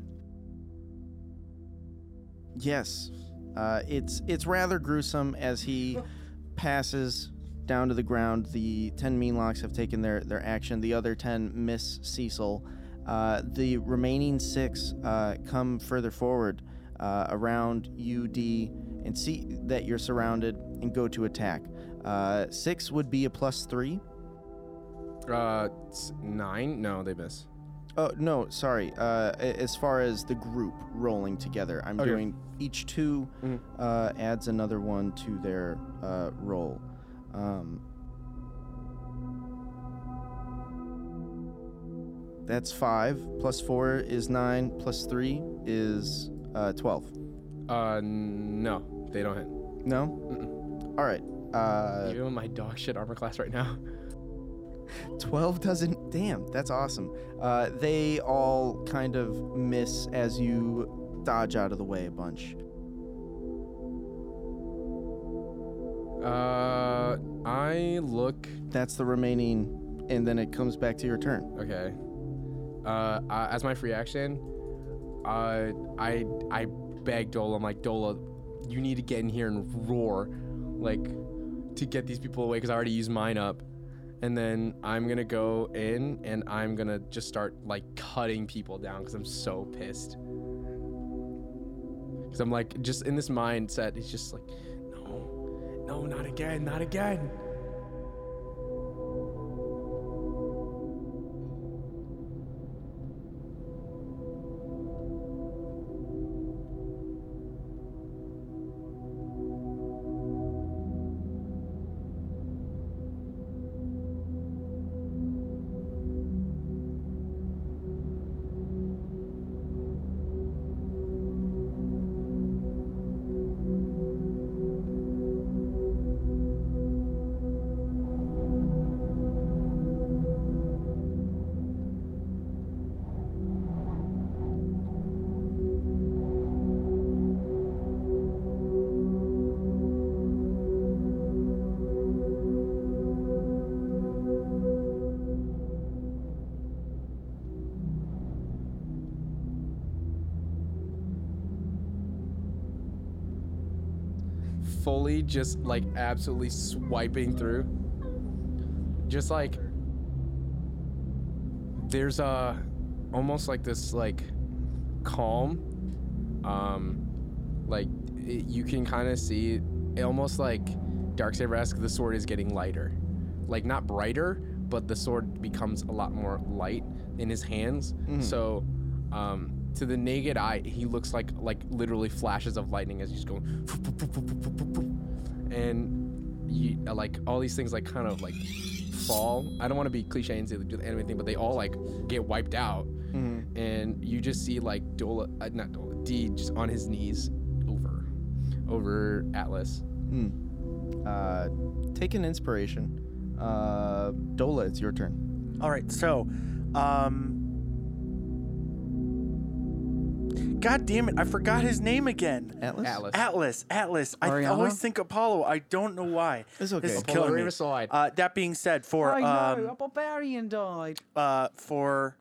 D: yes, uh, it's it's rather gruesome as he passes down to the ground. The ten Meanlocks have taken their their action. The other ten miss Cecil. Uh, the remaining six uh, come further forward uh, around UD and see that you're surrounded and go to attack. Uh, six would be a plus three.
C: Uh, s- nine? No, they miss.
D: Oh no, sorry. Uh, a- as far as the group rolling together, I'm
C: Okay.
D: doing each 2
C: Mhm.
D: uh, adds another one to their uh, roll. Um, that's five plus four is nine plus three is uh, twelve.
C: Uh, no, they don't hit.
D: No. All right. Uh,
C: you know my dog shit armor class right now.
D: 12 doesn't damn that's awesome uh, they all kind of miss as you dodge out of the way a bunch
C: Uh, I look
D: that's the remaining and then it comes back to your turn
C: okay. Uh, I, as my free action, uh, I I beg Dola. I'm like Dola, you need to get in here and roar, like, to get these people away because I already used mine up. And then I'm gonna go in and I'm gonna just start like cutting people down because I'm so pissed. Because I'm like just in this mindset, it's just like, no, no, not again, not again. fully just like absolutely swiping through. Just like there's a almost like this like calm um like it, you can kind of see it almost like dark saber esque the sword is getting lighter like not brighter but the sword becomes a lot more light in his hands so um to the naked eye he looks like like literally flashes of lightning as he's going and you uh, like all these things like kind of like fall i don't want to be cliche and say do the anime thing but they all like get wiped out Mm-hmm. and you just see like Dola, uh, not Dola, D just on his knees over, over Atlas.
A: Hmm.
D: uh, take an inspiration uh, dola it's your turn
A: All right, so, um, God damn it, I forgot his name again.
D: Atlas?
C: Atlas.
A: Atlas, Atlas. I th-
B: Ariana?
A: always think Apollo. I don't know why.
D: It's okay.
A: This is
D: Apollo
A: killing me.
C: Remus lied.
A: Uh, that being said, for um,
B: barbarian died.
A: uh, for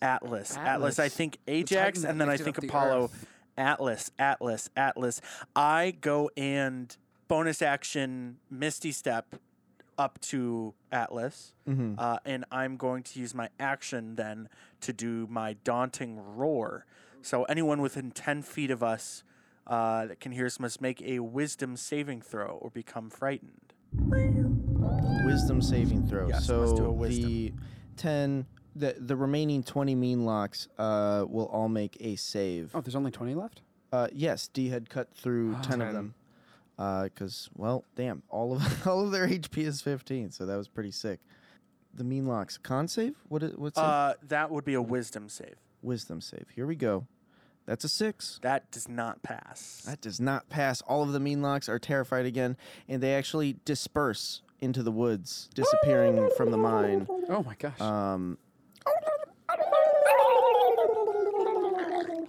A: Atlas. Atlas. I
B: Atlas.
A: think Ajax,
B: titan that
A: and then I
B: lifted
A: think
B: up the
A: Apollo.
B: earth.
A: Atlas, Atlas, Atlas. I go and bonus action Misty Step up to Atlas, uh, and I'm going to use my action then to do my Daunting Roar. So anyone within 10 feet of us uh, that can hear us must make a Wisdom saving throw or become frightened.
D: Wisdom saving throw.
A: Yes,
D: so
A: let's do a wisdom.
D: the ten, the the remaining twenty mean locks uh, will all make a save.
B: Oh, there's only 20 left?
D: Uh, yes, D had cut through
A: Ah,
D: ten of them. Because well, damn, all of all of their HP is fifteen, so that was pretty sick. The mean locks con save. What is, what's it?
A: Uh, that would be a Wisdom save.
D: wisdom save? Here we go. That's a six.
A: That does not pass.
D: That does not pass. All of the mean locks are terrified again, and they actually disperse into the woods, disappearing from the mine.
B: Oh my gosh.
D: Um,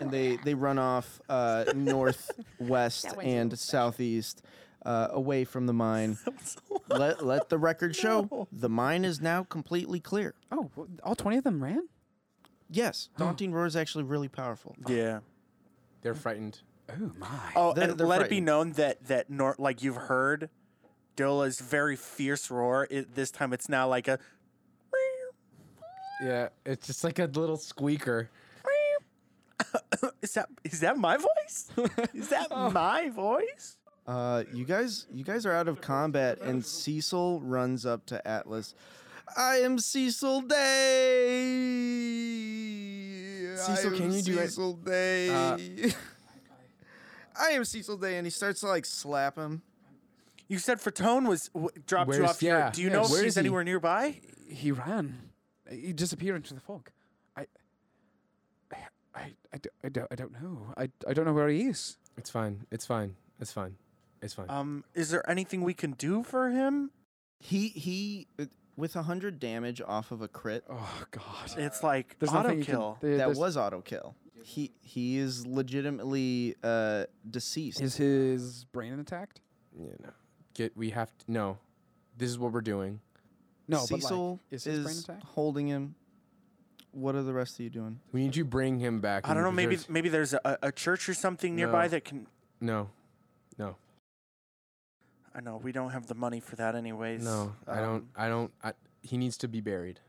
D: and they they run off uh, northwest and southeast uh, away from the mine. let let the record show the mine is now completely clear.
B: oh, well, all 20 of them ran?
D: Yes, daunting roar is actually really powerful.
A: yeah.
C: They're frightened.
B: Oh my.
A: Oh,
D: They're-
A: and
D: they're
A: let it be
D: frightened.
A: known that that nor- like you've heard Dola's very fierce roar. It, this time it's now like a
C: Yeah, it's just like a little squeaker.
A: is that is that my voice? Is that
C: Oh.
A: my voice?
D: Uh, you guys you guys are out of combat, and Cecil runs up to Atlas. I am Cecil Day.
C: Cecil,
D: I
C: can
D: am
C: you do it?
D: Cecil Day.
C: Uh,
D: I am Cecil Day, and he starts to like slap him.
A: You said Fatone was w- dropped you
C: Where's-
A: off here.
C: yeah,
A: Do you
C: yeah,
A: know if
C: where is
A: she's
C: he?
A: anywhere nearby?
B: He ran. He disappeared into the fog. I. I, I, I, do, I, do, I don't know. I, I don't know where he is.
C: It's fine. It's fine. It's fine. It's fine.
A: Um, is there anything we can do for him?
D: He he uh, with hundred damage off of a crit.
B: Oh, God.
A: It's like
B: There's
A: auto
B: nothing you can-
A: kill.
B: there-
D: that
B: there's-
D: was auto kill. He he is legitimately uh deceased.
B: Is his brain attacked?
C: you know, get. We have to. No, this is what we're doing.
B: No,
D: Cecil
B: but like, is his brain
D: is
B: attacked?
D: holding him. What are the rest of you doing?
C: We need you to bring him back.
A: I don't know.
C: and
A: Maybe
C: preserve-
A: maybe there's a, a church or something nearby
C: No.
A: that can.
C: no, no,
A: I know we don't have the money for that, anyways.
C: no. I don't.
A: Um,
C: I don't. I, he needs to be buried.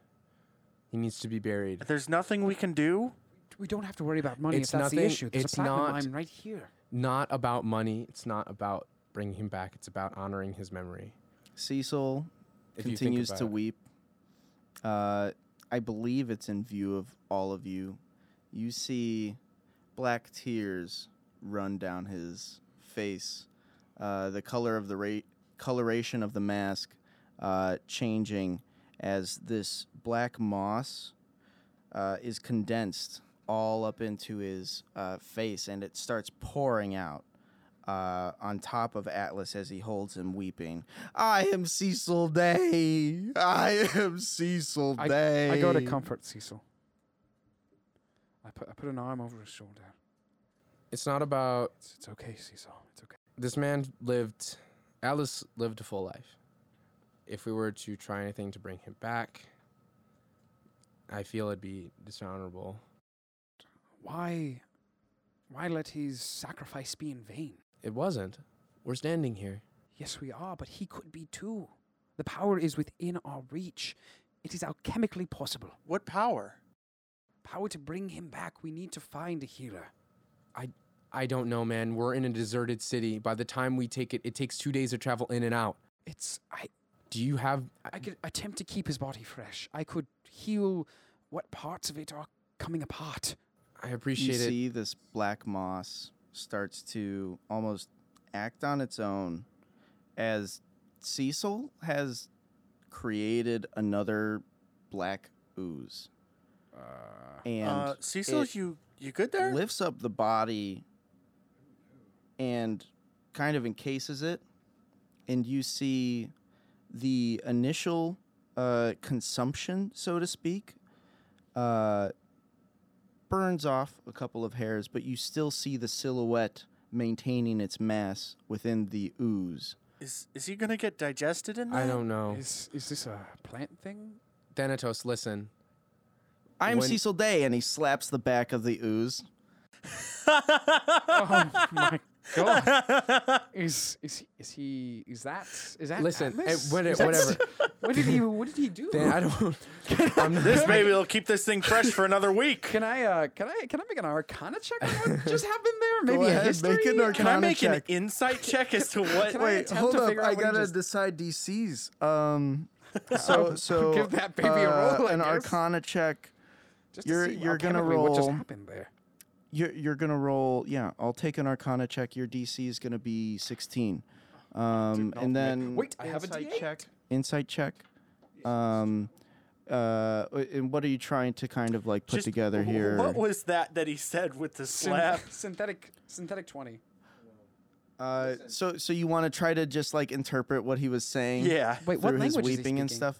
C: He needs to be buried.
A: There's nothing we can do.
B: We don't have to worry about money.
C: It's
B: if that's the
C: nothing-
B: issue. There's
C: it's
B: a platinum
C: not-
B: mine right here.
C: Not about money. It's not about bringing him back. It's about honoring his memory.
D: Cecil
C: If you think
D: continues
C: about
D: to
C: it.
D: weep. Uh, I believe it's in view of all of you. You see black tears run down his face. Uh, the color of the ra- coloration of the mask uh, changing as this black moss uh, is condensed all up into his uh, face, and it starts pouring out uh, on top of Atlas as he holds him weeping. I am Cecil Day. I am Cecil
B: I,
D: Day.
B: I go to comfort Cecil. I put, I put an arm over his shoulder.
C: It's not about
B: It's, it's okay, Cecil. It's okay.
C: this man lived. Alice lived a full life. If we were to try anything to bring him back, I feel it'd be dishonorable.
B: Why, why let his sacrifice be in vain?
C: It wasn't. We're standing here.
B: Yes, we are, but he could be too. The power is within our reach. It is alchemically possible.
A: What power?
B: Power to bring him back. We need to find a healer.
C: I don't know, man. We're in a deserted city. By the time we take it, it takes two days to travel in and out.
B: It's I.
C: Do you have?
B: I could attempt to keep his body fresh. I could heal what parts of it are coming apart.
C: I
D: You
C: appreciate it.
D: see this black moss starts to almost act on its own as Cecil has created another black ooze. and
A: uh, Cecil,
D: it-
A: you you good there?
D: lifts up the body and kind of encases it and you see the initial uh, consumption, so to speak, uh, burns off a couple of hairs, but you still see the silhouette maintaining its mass within the ooze.
A: Is is he gonna get digested in there?
C: I don't know.
B: Is is this a plant thing?
C: Thanatos, listen.
D: I'm
C: When-
D: Cecil Day, and he slaps the back of the ooze.
B: Oh my god! Is is he, is he is that is that?
C: Listen, eh,
B: Atlas?
C: what-
B: Is that-
C: whatever.
B: What did he What did he do?
C: Dan, I don't. I'm not,
A: This maybe will keep this thing fresh for another week.
B: Can I uh can I can I make an Arcana check on what just happened there? Maybe a
D: ahead,
B: history.
D: make an arc-
A: Can I
D: Arcana
A: make an
D: check.
A: insight check as to what?
B: Can I Wait, attempt hold to up, figure out I what he gotta just-
D: decide DCs. Um, so so
B: Oh, give that baby a uh, roll, I an
D: an
B: guess.
D: Arcana
B: arcana
D: check.
B: just
D: you're-
B: see
D: you're gonna
B: alchemically What just
D: roll.
B: happened there?
D: You're you're gonna roll. Yeah, I'll take an Arcana check. Your DC is gonna be 16. Um, and then
B: Wait, I have a D8.
D: check. Insight check. Um, uh, and what are you trying to kind of like put
A: Just-
D: together
A: wh-
D: here?
A: What was that that he said with the
B: Syn-
A: slap?
B: synthetic synthetic twenty.
D: Uh, so so you want to try to just like interpret what he was saying?
A: Yeah.
B: Wait, what
D: through his
B: language is he
D: weeping and
B: speaking?
D: stuff.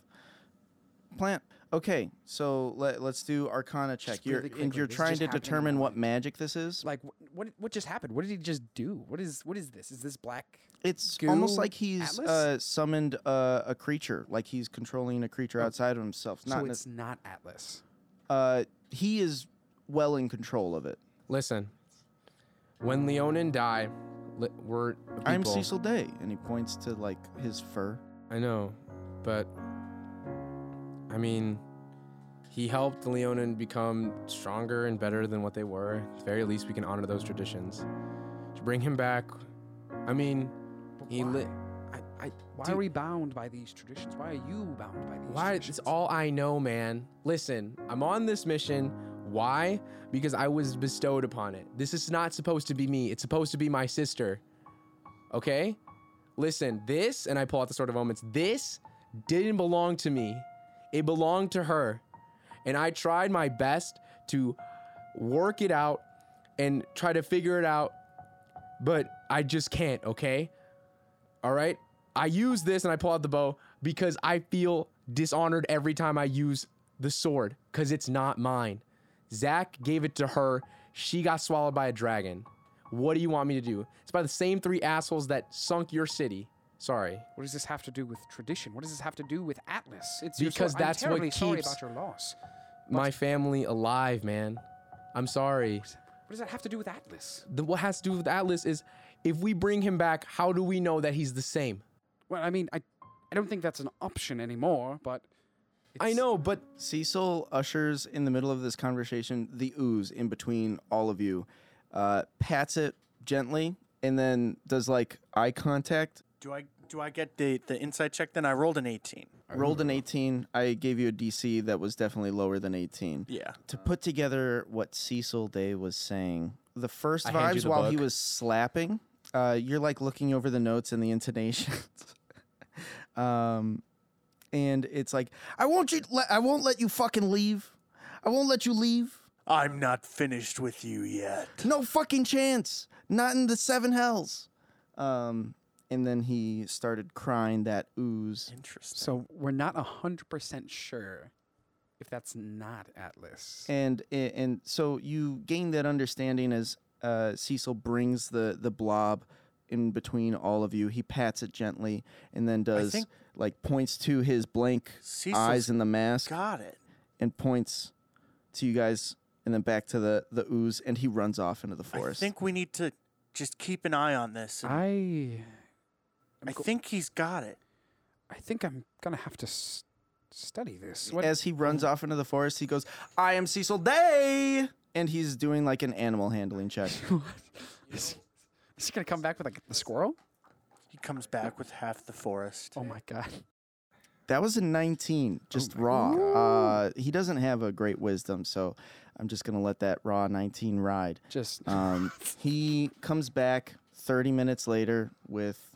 D: Plant. Okay, so let let's do Arcana check.
B: Just
D: you're
B: really
D: and
B: quickly,
D: you're
B: this
D: trying
B: just
D: to
B: happened in
D: determine
B: my
D: what
B: life.
D: magic this is.
B: Like wh- what what just happened? What did he just do? What is what is this? Is this black?
D: It's almost
B: goo
D: like he's
B: Atlas?
D: uh, summoned uh, a creature, like he's controlling a creature outside of himself. Not
B: Oh. so
D: nec-
B: it's not Atlas.
D: uh, he is well in control of it.
C: listen. When Leonin die, li- we're people.
D: I'm Cecil Day, and he points to like his fur.
C: I know, but I mean, he helped Leonin become stronger and better than what they were. At the very least, we can honor those traditions. To bring him back, I mean,
B: But
C: he
B: why?
C: lit. I, I,
B: Why
C: dude,
B: are we bound by these traditions? Why are you bound by these?
C: Why? It's
B: Traditions?
C: all I know, man. Listen, I'm on this mission. Why? Because I was bestowed upon it. This is not supposed to be me. It's supposed to be my sister. Okay? Listen, this, and I pull out the Sword of Omens, this didn't belong to me. It belonged to her. And I tried my best to work it out and try to figure it out, but I just can't, okay? All right. I use this and I pull out the bow because I feel dishonored every time I use the sword because it's not mine. Zach gave it to her. She got swallowed by a dragon. What do you want me to do? It's by the same three assholes that sunk your city. Sorry.
B: What does this have to do with tradition? What does this have to do with Atlas? It's your
C: Because
B: story.
C: that's what
B: I'm terribly sorry
C: keeps-
B: about your loss.
C: My family alive, man. I'm sorry.
B: What does that have to do with Atlas?
C: The, what has to do with Atlas is if we bring him back, how do we know that he's the same?
B: Well, I mean, I, I don't think that's an option anymore. But
C: I know, but
D: Cecil ushers in the middle of this conversation the ooze in between all of you, uh, pats it gently, and then does like eye contact.
A: Do I do I get the the insight check? Then I rolled an eighteen.
D: Rolled an 18. I gave you a DC that was definitely lower than 18.
A: Yeah.
D: To put together what Cecil Day was saying, the first
C: I hand you
D: vibes
C: the
D: while he
C: book.
D: was slapping, uh, you're like looking over the notes and the intonations. um, and it's like, I won't you, le- I won't let you fucking leave. I won't let you leave.
A: I'm not finished with you yet.
D: No fucking chance. Not in the seven hells. Um, and then he started crying that ooze.
A: Interesting.
B: so we're not hundred percent sure if that's not Atlas.
D: And a- and so you gain that understanding as uh, Cecil brings the the blob in between all of you. He pats it gently and then does
A: think-
D: like points to his blank eyes
A: Cecil's
D: in the mask
A: Got it.
D: and points to you guys and then back to the the ooze and he runs off into the
A: I
D: forest.
A: think we need to just keep an eye on this. and
B: I,
A: I think he's got it.
B: I think I'm gonna have to s- study this. What,
D: as he runs off into the forest, he goes, "I am Cecil Day," and he's doing like an animal handling check.
B: is, he- is he gonna come back with like the squirrel?
A: He comes back with half the forest.
B: Oh my god!
D: that was a 19, just raw. Uh, he doesn't have a great wisdom, so I'm just gonna let that raw 19 ride.
B: Just
D: Um, he comes back 30 minutes later with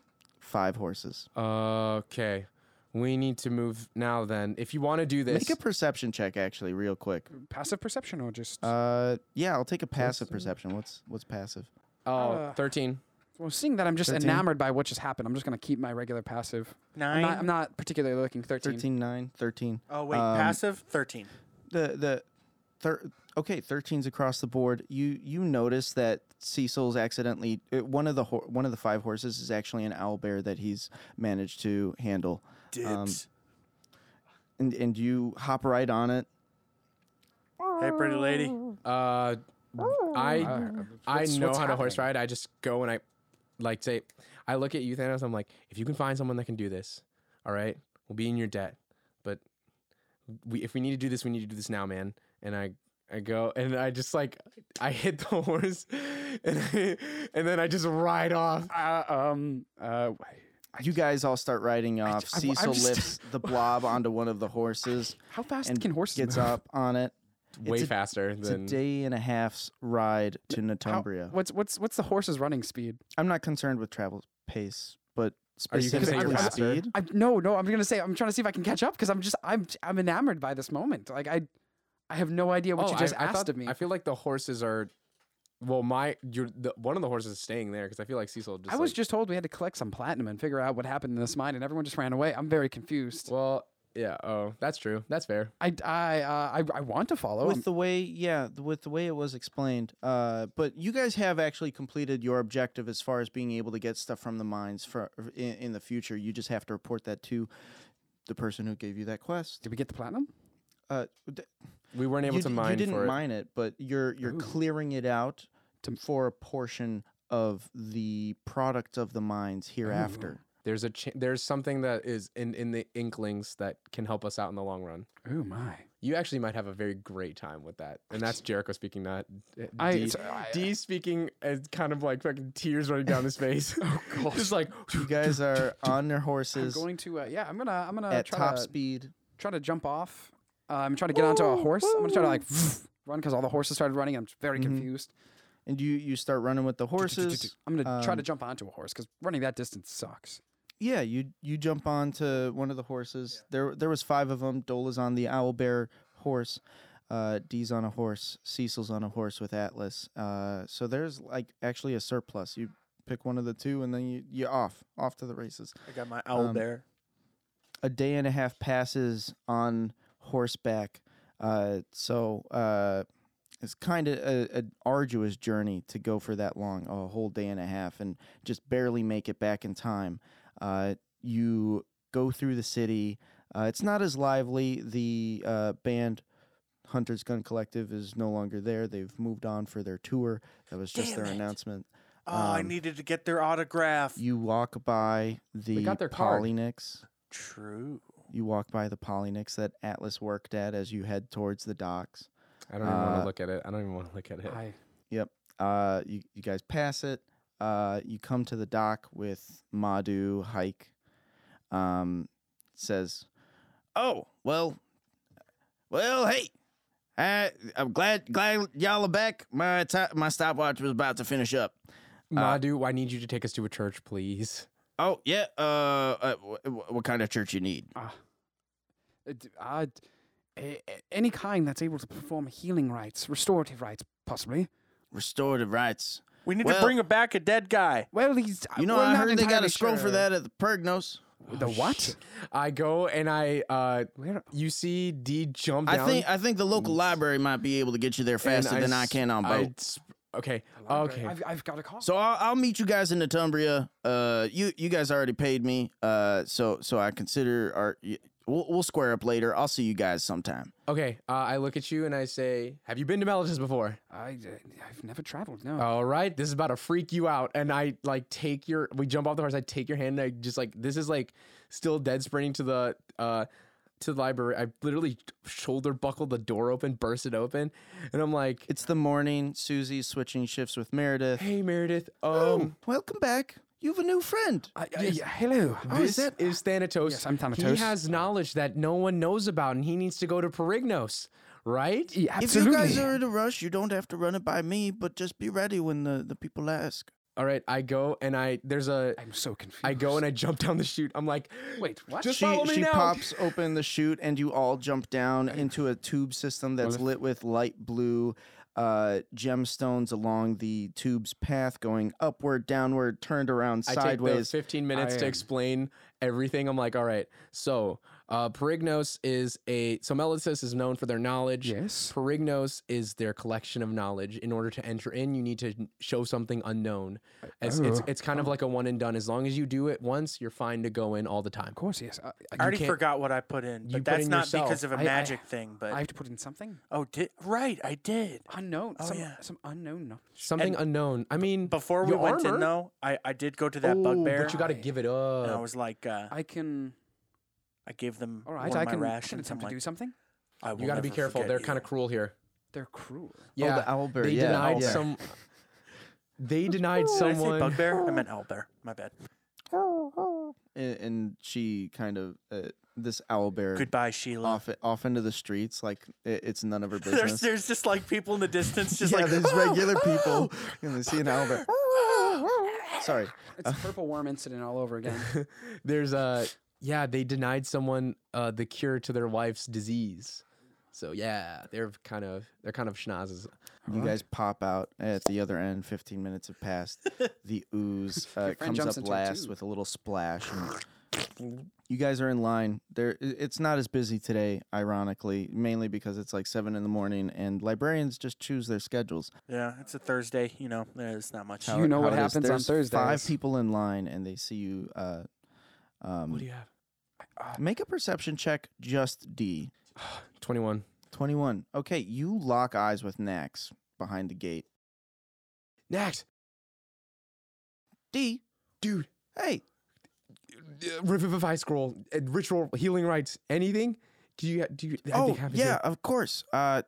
D: five horses.
C: okay. We need to move now then. If you want to do this,
D: Make a perception check, actually, real quick.
B: passive perception, or just
D: Uh, yeah, I'll take a passive perception. What's what's passive?
C: oh,
B: Uh,
C: 13.
B: Well, seeing that I'm just
D: 13.
B: enamored by what just happened, I'm just going to keep my regular passive. I'm
A: Nine.
B: not, I'm not particularly looking 13.
D: 13, 9, 13.
A: oh wait,
D: Um,
A: passive thirteen.
D: the the thir- okay 13s across the board you you notice that cecil's accidentally uh, one of the ho- one of the five horses is actually an owl bear that he's managed to handle
A: Dibs.
D: and and you hop right on it
A: hey, pretty lady.
C: Uh, I I
B: what's-
C: know
B: what's
C: how to horse
B: happening?
C: ride. I just go and I, like, say, I look at you, Thanos. I'm like, if you can find someone that can do this, all right, we'll be in your debt. But we, if we need to do this, we need to do this now, man. And I, I go and I just like, I hit the horse, and I, and then I just ride off.
B: Uh, um, uh,
D: you guys all start riding off
B: I- I'm
D: cecil
B: just-
D: lifts the blob onto one of the horses
B: how fast
D: and
B: can horses
D: gets
B: move?
D: up on it
C: Way
D: a-
C: faster
D: it's
C: than
D: a day and a half's ride to
B: How-
D: Northumbria.
B: what's what's what's the horse's running speed?
D: I'm not concerned with travel pace, but
C: Are you gonna
B: say
D: specifically
B: you're
C: faster?
D: speed.
B: I no no. I'm gonna say I'm trying to see if I can catch up because I'm just I'm I'm enamored by this moment. Like I, I have no idea what you
C: Oh, I-
B: just
C: I,
B: asked
C: thought-
B: of me.
C: I feel like the horses are. Well, my you're the, one of the horses is staying there because I feel like Cecil. Just
B: I was
C: like-
B: just told we had to collect some platinum and figure out what happened in this mine, and everyone just ran away. I'm very confused.
C: Well, yeah. Oh, that's true. That's fair.
B: I I uh, I, I want to follow.
D: with
B: I'm-
D: the way yeah th- with the way it was explained uh but you guys have actually completed your objective as far as being able to get stuff from the mines for in, in the future you just have to report that to the person who gave you that quest
B: Did we get the platinum?
D: uh d-
C: We weren't able
D: you,
C: to
D: d- you
C: mine
D: didn't
C: for it.
D: mine it but you're you're clearing it out
B: To-
D: for a portion of the product of the mines hereafter
C: There's a ch- there's something that is in in the inklings that can help us out in the long run.
B: Oh my!
C: You actually might have a very great time with that, and that's Jericho speaking, not uh,
B: I-
C: D.
B: it's- I-
C: D speaking as kind of like fucking tears running down his face. oh god! Just like
D: you guys are on your
B: I'm
D: horses
B: going to uh, yeah. I'm gonna I'm gonna
D: at
B: try
D: top
B: to
D: speed
B: try to jump off. Uh, I'm trying to get onto a horse. I'm gonna try to like run because all the horses started running. I'm very
C: Mm-hmm.
B: confused.
D: and you you start running with the horses
B: I'm gonna try to
D: Um,
B: jump onto a horse because running that distance sucks.
D: Yeah, you you jump onto one of the horses. There there was five of them. Dola's on the owl bear horse. Uh, Dee's on a horse. Cecil's on a horse with Atlas. Uh, so there's like actually a surplus. You pick one of the two, and then you you off off to the races.
A: I got my owl
D: um,
A: bear.
D: A day and a half passes on horseback. Uh, so uh, it's kind of a, a arduous journey to go for that long, a whole day and a half, and just barely make it back in time. Uh, you go through the city. Uh, it's not as lively. The uh, band Hunter's Gun Collective is no longer there. They've moved on for their tour. That was just their
A: Damn it.
D: announcement.
A: Oh, I
D: um,
A: needed to get their autograph.
D: You walk by the
C: got their card.
D: Polynix.
A: True.
D: You walk by the Polynix that Atlas worked at as you head towards the docks.
C: I don't even want
D: Uh,
C: to look at it. I don't even want to look at it.
B: I
D: Yep. Uh, you, you guys pass it. Uh, you come to the dock with Madu Hike. Um, says, "Oh well, well, hey, I, I'm glad glad y'all are back. My ti my stopwatch was about to finish up.
C: Madu, I need you to take us to a church, please.
D: Oh yeah. Uh, uh w- w- what kind of church you need?
B: Ah. uh, d- uh, d- a- a- any kind that's able to perform healing rites, restorative rites, possibly.
D: Restorative rights.
A: We need
D: Well-
A: to bring back a dead guy.
B: Well, these
D: You know,
B: Uh, we're
D: I
B: not
D: heard they got
B: entirely
D: a scroll
B: sure.
D: for that at the Pergnos.
B: The what?
C: I go and I uh,
B: Where?
C: you see D jump
D: I
C: down.
D: think I think the local library might be able to get you there
C: and
D: faster than I
C: s-
D: can on boat.
C: sp- okay.
B: Okay.
C: Okay.
B: I've, I've got a call.
D: So I'll, I'll meet you guys in Natumbria. Uh, you you guys already paid me. Uh, so so I consider our y- we'll, we'll square up later. I'll see you guys sometime.
C: Okay. Uh, I look at you and I say, "Have you been to Melodus before?"
B: I, uh, I've never traveled. No.
C: All right, this is about to freak you out. And I like take your, we jump off the horse. I take your hand and I just like, this is like still dead sprinting to the, uh, to the library. I literally shoulder buckled the door open, burst it open. And I'm like,
D: It's the morning. Susie's switching shifts with Meredith. Oh,
C: hey, Meredith, um,
D: welcome back. You have a new friend.
B: I, I, hello.
D: Oh, is
C: this
D: that-
C: is Thanatos.
B: Yes, I'm Thanatos.
C: He has knowledge that no one knows about and he needs to go to Perignos, right?
B: Yeah,
D: If
B: absolutely.
D: you guys are in a rush, you don't have to run it by me, but just be ready when the, the people ask.
C: All right, I go and I, there's a,
B: I'm so confused.
C: I go and I jump down the chute. I'm like,
B: wait. What?
C: Just
D: She,
C: follow me
D: she
C: now.
D: pops open the chute, and you all jump down into a tube system that's lit with light blue uh, gemstones along the tube's path, going upward, downward, turned around,
C: I take the
D: sideways.
C: 15 minutes to
B: I-
C: explain everything. I'm like, all right. So, uh, Perignos is a. So, Melisys is known for their knowledge.
B: Yes.
C: Perignos is their collection of knowledge. In order to enter in, you need to n- show something unknown. It's, it's,
B: Oh.
C: it's kind of like a one and done. As long as you do it once, you're fine to go in all the time.
B: Of course, yes. I,
A: I
B: I,
A: already
C: can't-
A: forgot what I put in,
C: you
A: but
C: put
A: that's
C: in
A: not
C: yourself.
A: because of a
B: I- I-
A: magic thing. But
B: I have to put in something
A: oh, did right? I did.
B: unknown.
A: Oh,
B: some,
A: yeah.
B: some unknown. No-
C: Something unknown. I mean,
A: Before we
C: your
A: went
C: armor?
A: in, though, I, I did go to that
C: Ooh,
A: bugbear.
C: But you got to
B: Right.
C: give it up.
A: and I was like, uh,
B: I can.
A: I gave them
B: All right,
A: one
B: I
A: of my
B: can, I can
A: rations. I'm
B: attempt to
A: like,
B: do something.
A: I
C: you got to be careful. They're kind
A: of
C: of cruel here.
B: They're cruel.
D: Oh, the
C: Yeah,
D: owlbear,
C: They
D: yeah,
C: denied
D: owlbear.
C: some. They denied
A: Did I say
C: someone.
A: bugbear? I meant owlbear. My bad.
D: and, and she kind of uh, this owl bear
A: Goodbye, Sheila.
D: off off into the streets, like it, it's none of her
A: There's,
D: business.
A: there's just like people in the distance, just
D: yeah,
A: like "Oh!"
D: there's regular people, and they see an owl bear. Sorry,
B: It's purple worm incident all over again.
C: There's a yeah. They denied someone uh, the cure to their wife's disease. So yeah, they're kind of they're kind of schnozzes.
D: you
B: Uh-huh.
D: guys pop out at the other end. Fifteen minutes have passed. The ooze uh,
B: friend
D: comes
B: jumps
D: up
B: into a
D: last
B: tube.
D: with a little splash. and you guys are in line. There, i- it's not as busy today, ironically, mainly because it's like seven in the morning, and librarians just choose their schedules.
A: yeah, it's a Thursday, you know, there's not much.
B: You know what
D: it is.
B: happens on
D: There's Five
B: Thursdays.
D: people in line, and they see you. Uh, um,
C: What do you have?
D: Make a perception check, just D.
C: Twenty one.
D: 21. Okay, you lock eyes with Nax behind the gate.
C: Next,
D: D,
C: dude.
D: hey,
C: uh, Revivify scroll, uh, ritual healing rites, anything. Do you do you? I
D: oh,
C: think happens
D: yeah,
C: here.
D: of course. Uh,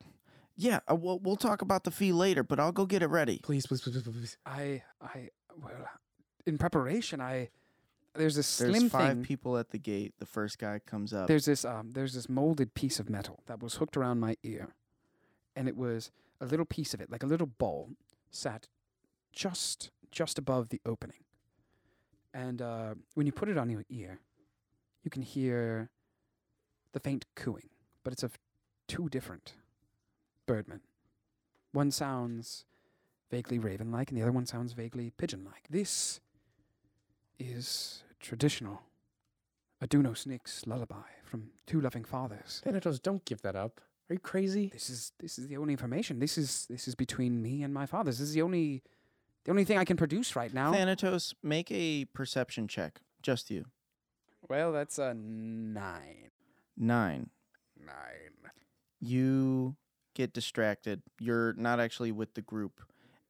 D: yeah, uh, we'll, we'll talk about the fee later, but I'll go get it ready.
C: Please, please, please, please, please.
B: I, I, well, in preparation, I, there's this
D: There's
B: slim
D: five
B: thing.
D: people at the gate. The first guy comes up.
B: There's this, um, there's this molded piece of metal that was hooked around my ear, and it was a little piece of it, like a little ball, sat just, just above the opening. And uh, when you put it on your ear, you can hear the faint cooing, but it's of two different birdmen. One sounds vaguely raven like, and the other one sounds vaguely pigeon like. This is traditional Aduno Snake's lullaby from Two Loving Fathers.
C: Thanatos, don't give that up. Are you crazy?
B: This is this is the only information. This is this is between me and my fathers. This is the only the only thing I can produce right now.
D: Thanatos, make a perception check. Just you.
B: well, that's a nine.
D: Nine.
B: Nine.
D: You get distracted. You're not actually with the group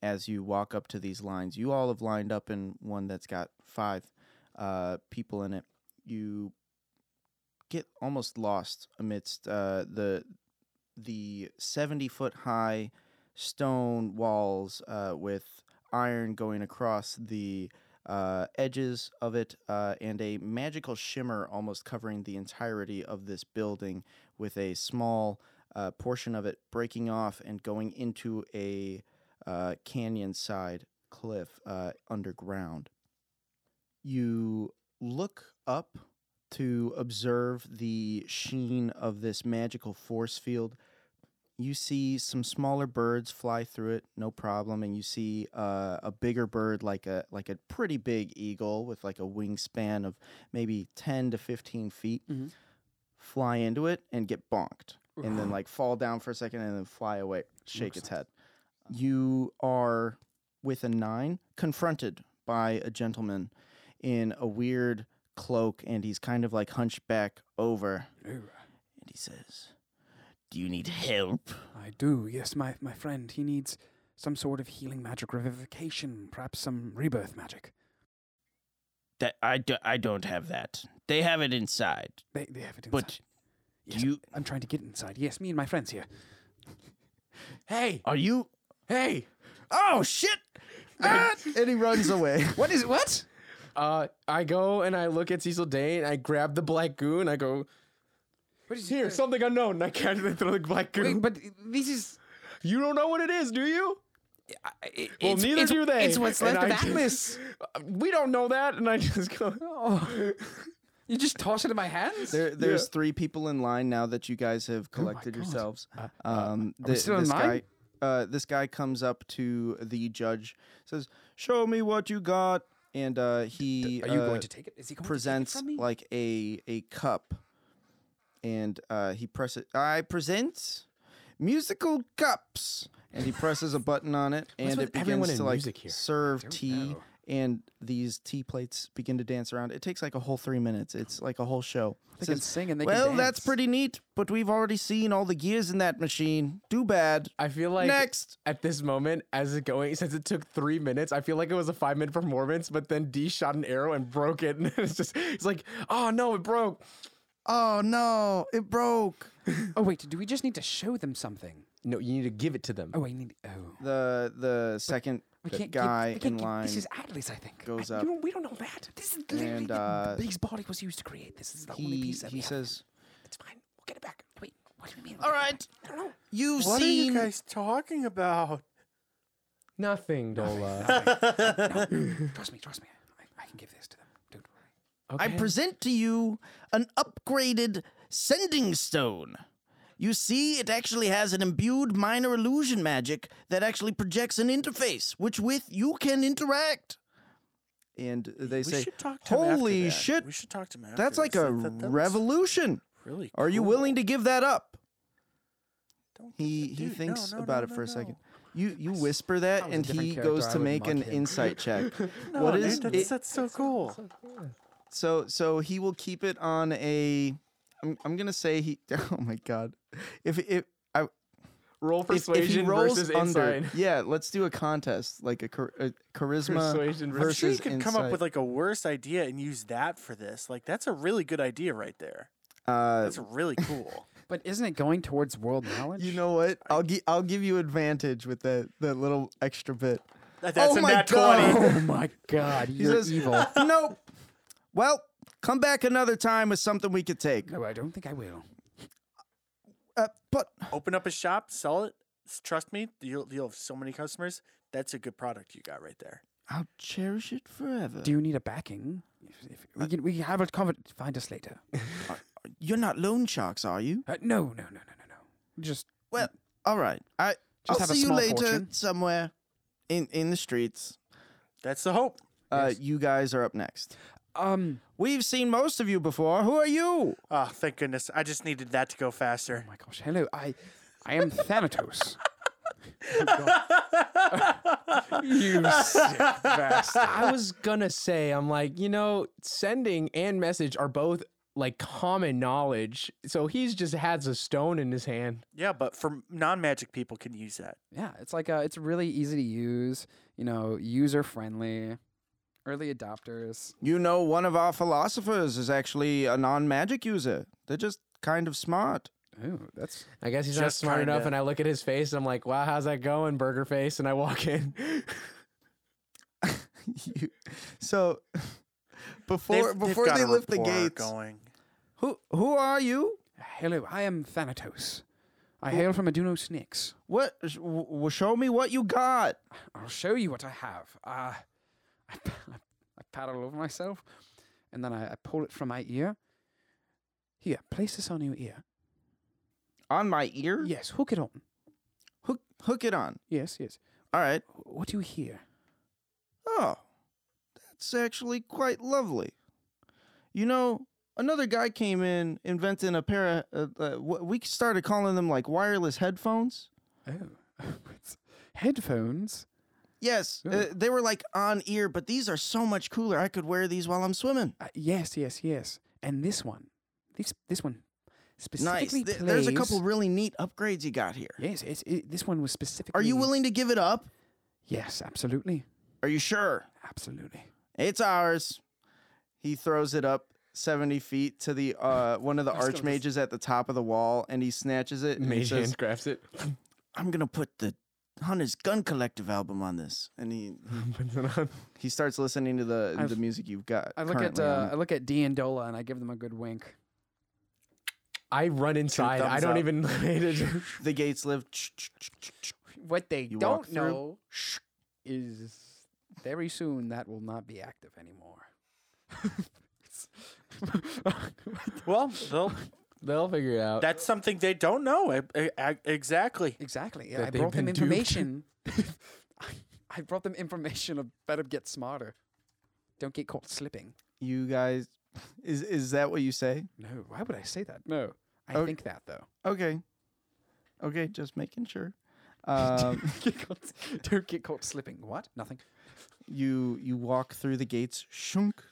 D: as you walk up to these lines. You all have lined up in one that's got five uh, people in it. You get almost lost amidst uh, the the seventy foot high stone walls uh, with iron going across the uh, edges of it, uh, and a magical shimmer almost covering the entirety of this building, with a small uh, portion of it breaking off and going into a uh, canyon side cliff uh, underground. You look up to observe the sheen of this magical force field. You see some smaller birds fly through it, no problem, and you see uh, a bigger bird, like a like a pretty big eagle with like a wingspan of maybe ten to fifteen feet,
B: Mhm.
D: fly into it and get bonked, and then
B: Oof.
D: like fall down for a second and then fly away, shake
B: Makes
D: its head. You are with a nine confronted by a gentleman in a weird cloak and he's kind of like hunchback over and he says do you need help
B: I do. Yes, my my friend. He needs some sort of healing magic, revivification, perhaps some rebirth magic.
F: That I, do, I don't have that. They have it inside.
B: They they have it inside.
F: But
B: yes,
F: you-
B: I'm trying to get inside. Yes, me and my friends here.
C: Hey,
F: are you?
C: hey.
F: Oh shit!
D: and he runs away
B: What is what?
C: Uh, I go and I look at Cecil Day and I grab the black goo and I go,
B: What is
C: here, something unknown. And I casually throw the black goo.
B: Wait, but this is
C: you don't know what it is, do you?
B: it,
C: Well,
B: it's,
C: neither
B: it's,
C: do they.
B: It's what's
C: And
B: left of
C: I
B: Atlas.
C: just- we don't know that. And I just go,
B: Oh. You just toss it in my hands?
D: there, there's three people in line now that you guys have collected
B: Oh God.
D: yourselves
B: Uh,
D: um
B: we still in
D: this
B: line?
D: guy uh, this guy comes up to the judge, says, "Show me what you got," and uh, he
B: Are you
D: uh,
B: going to take it? Is he going
D: presents
B: to take it from me?
D: like a a cup, and uh, he presses. I present musical cups, and he presses a button on it, and
C: with
D: it
C: everyone
D: begins to
C: in
D: like
C: music here?
D: serve
B: don't
D: tea.
B: know.
D: And these tea plates begin to dance around. It takes like a whole three minutes. It's like a whole show. It
B: They can sing and they can
D: well, that's
B: dance."
D: pretty neat, but we've already seen all the gears in that machine. Too bad.
C: I feel like
D: Next.
C: at this moment, as it going, since it took three minutes, I feel like it was a five minute performance. But then D shot an arrow and broke it, and it's just it's like, oh no, it broke.
D: Oh no, it broke.
B: Oh wait, do we just need to show them something?
C: No, you need to give it to them.
B: Oh, I need. Oh,
D: The the second
B: we can't.
D: guy
B: give, we can't
D: in
B: give-
D: line.
B: This is Atlas, I think.
D: goes
B: I-
D: up.
B: You don't, we don't know that. This is literally
D: And,
B: the-
D: uh,
B: his body was used to create this. This is the only
D: he
B: piece that
D: he
B: we have.
D: says,
B: It's fine. We'll get it back. Wait, what do you mean?
D: "All right, you've
A: What are you
D: seen
A: guys talking about?
C: Nothing, Dola.
B: Trust me. Trust me. I, I can give this to them. Don't worry.
D: I present to you an upgraded sending stone. You see, it actually has an imbued minor illusion magic that actually projects an interface, which with you can interact. And they
A: We
D: say,
A: should talk to him after
D: Holy
A: that.
D: shit,
A: We should talk to him after
D: that's like
A: this.
D: a
A: That- that- that's
D: revolution.
A: Really?
D: Are you
A: cool.
D: willing to give that up?
A: Don't do
D: He,
A: that.
D: he
A: Dude, no,
D: thinks
A: no,
D: about
A: no,
D: it
A: no,
D: for a
A: no.
D: second. You, you whisper that,
C: was a
D: and
C: different
D: he
C: character,
D: goes
C: I
D: to
C: would
D: make
C: mug
D: an
C: him.
D: insight check.
A: No,
D: what
A: dude,
D: is
A: that's,
D: it?
A: that's so cool.
D: So so he will keep it on a. I'm, I'm gonna say he. Oh my god, if if I
C: Roll
D: if, if he
C: persuasion
D: rolls
C: versus
D: under,
C: insight.
D: yeah, let's do a contest like a, char- a charisma
A: I'm
C: Persuasion versus- I'm
A: sure
D: versus
A: you could come up with
D: insight.
A: like a worse idea and use that for this. Like that's a really good idea right there.
D: Uh,
A: That's really cool.
B: But isn't it going towards world knowledge?
D: you know what? I'll gi- I'll give you advantage with that that little extra bit.
A: That- that's
D: oh
A: a
D: my
A: nat
D: god!
A: 20.
B: Oh my God!
D: He
B: You're
D: says,
B: evil.
D: nope. Well, come back another time with something we could take.
B: No, I don't think I will.
D: Uh, but
A: Open up a shop, sell it. S- Trust me, you'll you'll have so many customers. That's a good product you got right there.
D: I'll cherish it forever.
B: Do you need a backing? If, if we can, we can have a conver- Find us later.
D: You're not loan sharks, are you?
B: Uh, no, no, no, no, no, no. Just
D: Well, Mm. all right. I
B: Just
D: I'll
B: have a
D: see you
B: small
D: later
B: fortune.
D: somewhere in in the streets.
A: That's the hope.
D: Uh, you guys are up next.
B: um.
D: We've seen most of you before. Who are you?
A: Oh, thank goodness. I just needed that to go faster.
B: Oh my gosh! Hello, I, I am Thanatos.
C: You sick bastard. I was gonna say, I'm like, you know, sending and message are both like common knowledge. So he's just has a stone in his hand.
A: Yeah, but for non magic people can use that.
B: Yeah, it's like uh, it's really easy to use. You know, user friendly, early adopters.
D: You know, one of our philosophers is actually a non-magic user. They're just kind of smart.
B: Oh, that's
C: I guess he's
A: Just
C: not smart enough.
A: kinda.
C: And I look at his face and I'm like, wow, how's that going, burger face? And I walk in.
D: you, so
A: They've-
D: before
A: they've
D: before
A: got
D: they
A: a
D: lift the
A: rapport
D: gates,
A: Going.
D: who who are you?
B: hello. I am Thanatos. I hail from Adunos Nix.
D: What? sh- w- w- show me what you got.
B: I'll show you what I have. Uh, I, pa- I paddle over myself, and then I, I pull it from my ear. Here, place this on your ear.
D: On my ear.
B: Yes, hook it on.
D: Hook hook it on.
B: Yes, yes.
D: All right.
B: What do you hear?
D: Oh, that's actually quite lovely. You know, another guy came in inventing a pair of, uh, uh, wh- we started calling them like wireless headphones.
B: Oh, it's headphones.
D: Yes, uh,
B: Yeah.
D: they were like on ear, but these are so much cooler. I could wear these while I'm swimming.
B: Uh, yes, yes, yes. And this one, this this one
D: Nice.
B: specifically
D: Th- there's a
B: plays-
D: couple really neat upgrades you got here.
B: Yes, it's, it, this one was specifically.
D: Are you willing to give it up?
B: Yes, absolutely,
D: Are you sure?
B: absolutely.
D: It's ours. He throws it up 70 feet to the uh, one of the archmages at the top of the wall, and he snatches it. And he
C: Mage
D: says,
C: hand grabs it.
D: I'm gonna put the Hunter's Gun Collective album on this, and he
C: puts it on.
D: he starts listening to the the
B: I've-
D: music you've got.
B: I look at
D: currently on
B: uh, I look at D and Dola and I give them a good wink.
C: I run inside. I
D: thumbs
C: don't
D: up.
C: even.
D: it. the gates live. ch- ch- ch- ch- ch-
B: What they
D: You walk
B: don't
D: through.
B: know is very soon that will not be active anymore.
A: Well, they'll
C: They'll figure it out.
A: That's something they don't know I, I, I- exactly.
B: Exactly.
C: That
B: I
C: they've
B: brought them
C: been duped.
B: information. I, I brought them information of better get smarter. Don't get caught slipping.
D: You guys, is is that what you say?
B: No, why would I say that? No. I
D: Okay.
B: think that though.
D: Okay, okay, just making sure. Um,
B: Get caught- don't get caught slipping. What? Nothing.
D: you you walk through the gates. Shunk.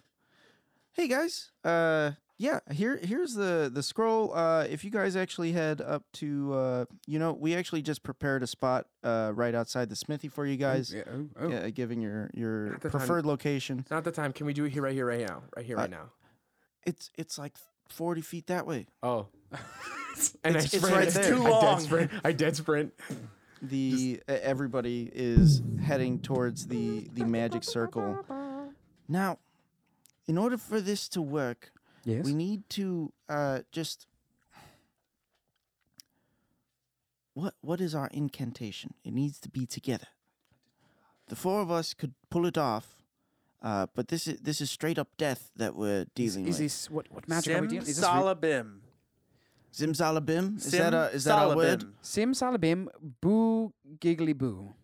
D: Hey guys. Uh, yeah. Here here's the the scroll. Uh, if you guys actually head up to, uh, you know, we actually just prepared a spot uh right outside the smithy for you guys.
B: Yeah, oh, oh.
D: Yeah, giving your your
C: At the time-
D: preferred location.
C: It's not the time. Can we do it here, right here, right now, right here,
D: Uh,
C: right now?
D: It's it's like forty feet that way.
C: Oh. and
D: It's- it's right there. Too
C: I
A: long.
C: dead sprint. I dead sprint.
D: the e- everybody is heading towards the the magic circle now in order for this to work
B: Yes.
D: we need to uh just what what is our incantation it needs to be together the four of us could pull it off uh, but this is this is straight up death that we're dealing
B: is
D: with.
B: this what what magic are we
A: Sim
B: dealing? Is this re-
A: Salabim.
D: Zimzalabim? Is that a is that a word?
B: Sim Salabim Boo Giggly Boo?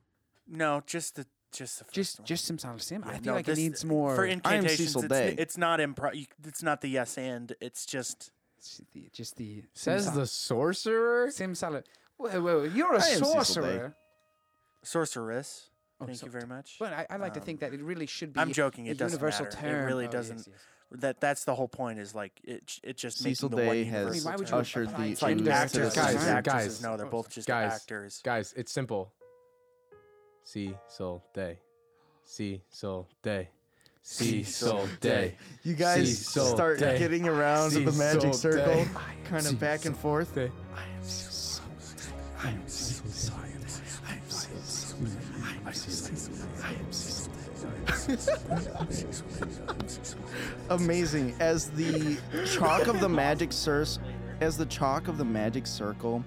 A: No, just the just the first
B: Just
A: one.
B: just Sim Salabim. I
A: Yeah,
B: feel
A: no,
B: like it
A: this- uh,
B: needs more.
A: for incantations.
D: Cecil
A: It's,
D: Day.
A: n- it's not impro. you- It's not the yes and. It's just
B: s- the- just the
C: Says the sorcerer.
B: Sim Salabim. Whoa, whoa! You're a
D: I am Cecil Day.
B: sorcerer.
A: sorceress.
B: Oh,
A: Thank
B: so-
A: you very much.
B: But I, I like to think that it really should be.
A: I'm joking.
B: a
A: It doesn't
B: universal
A: matter.
B: term.
A: It really
B: Oh, yes,
A: doesn't.
B: yes.
A: That that's the whole point. Is like it. j- It just
D: Cecil
A: making the one
D: Day
A: universal
D: has
B: I mean, why would you
A: term.
D: ushered
B: apply
D: the
B: it
A: It's like
B: Change
D: ooze
B: that
D: to the
A: actors,
B: to
A: guys,
C: guys,
D: sun.
A: actresses.
C: guys.
A: No, they're both just
C: Guys.
A: actors.
C: Guys, it's simple. See sol day. See sol day. See sol day.
D: You guys
C: Cecil
D: start
C: Day.
D: getting around the magic
C: Cecil Day.
D: circle, kind of back and forth.
C: Day.
D: Amazing. As the chalk of the magic cir- as the chalk of the magic circle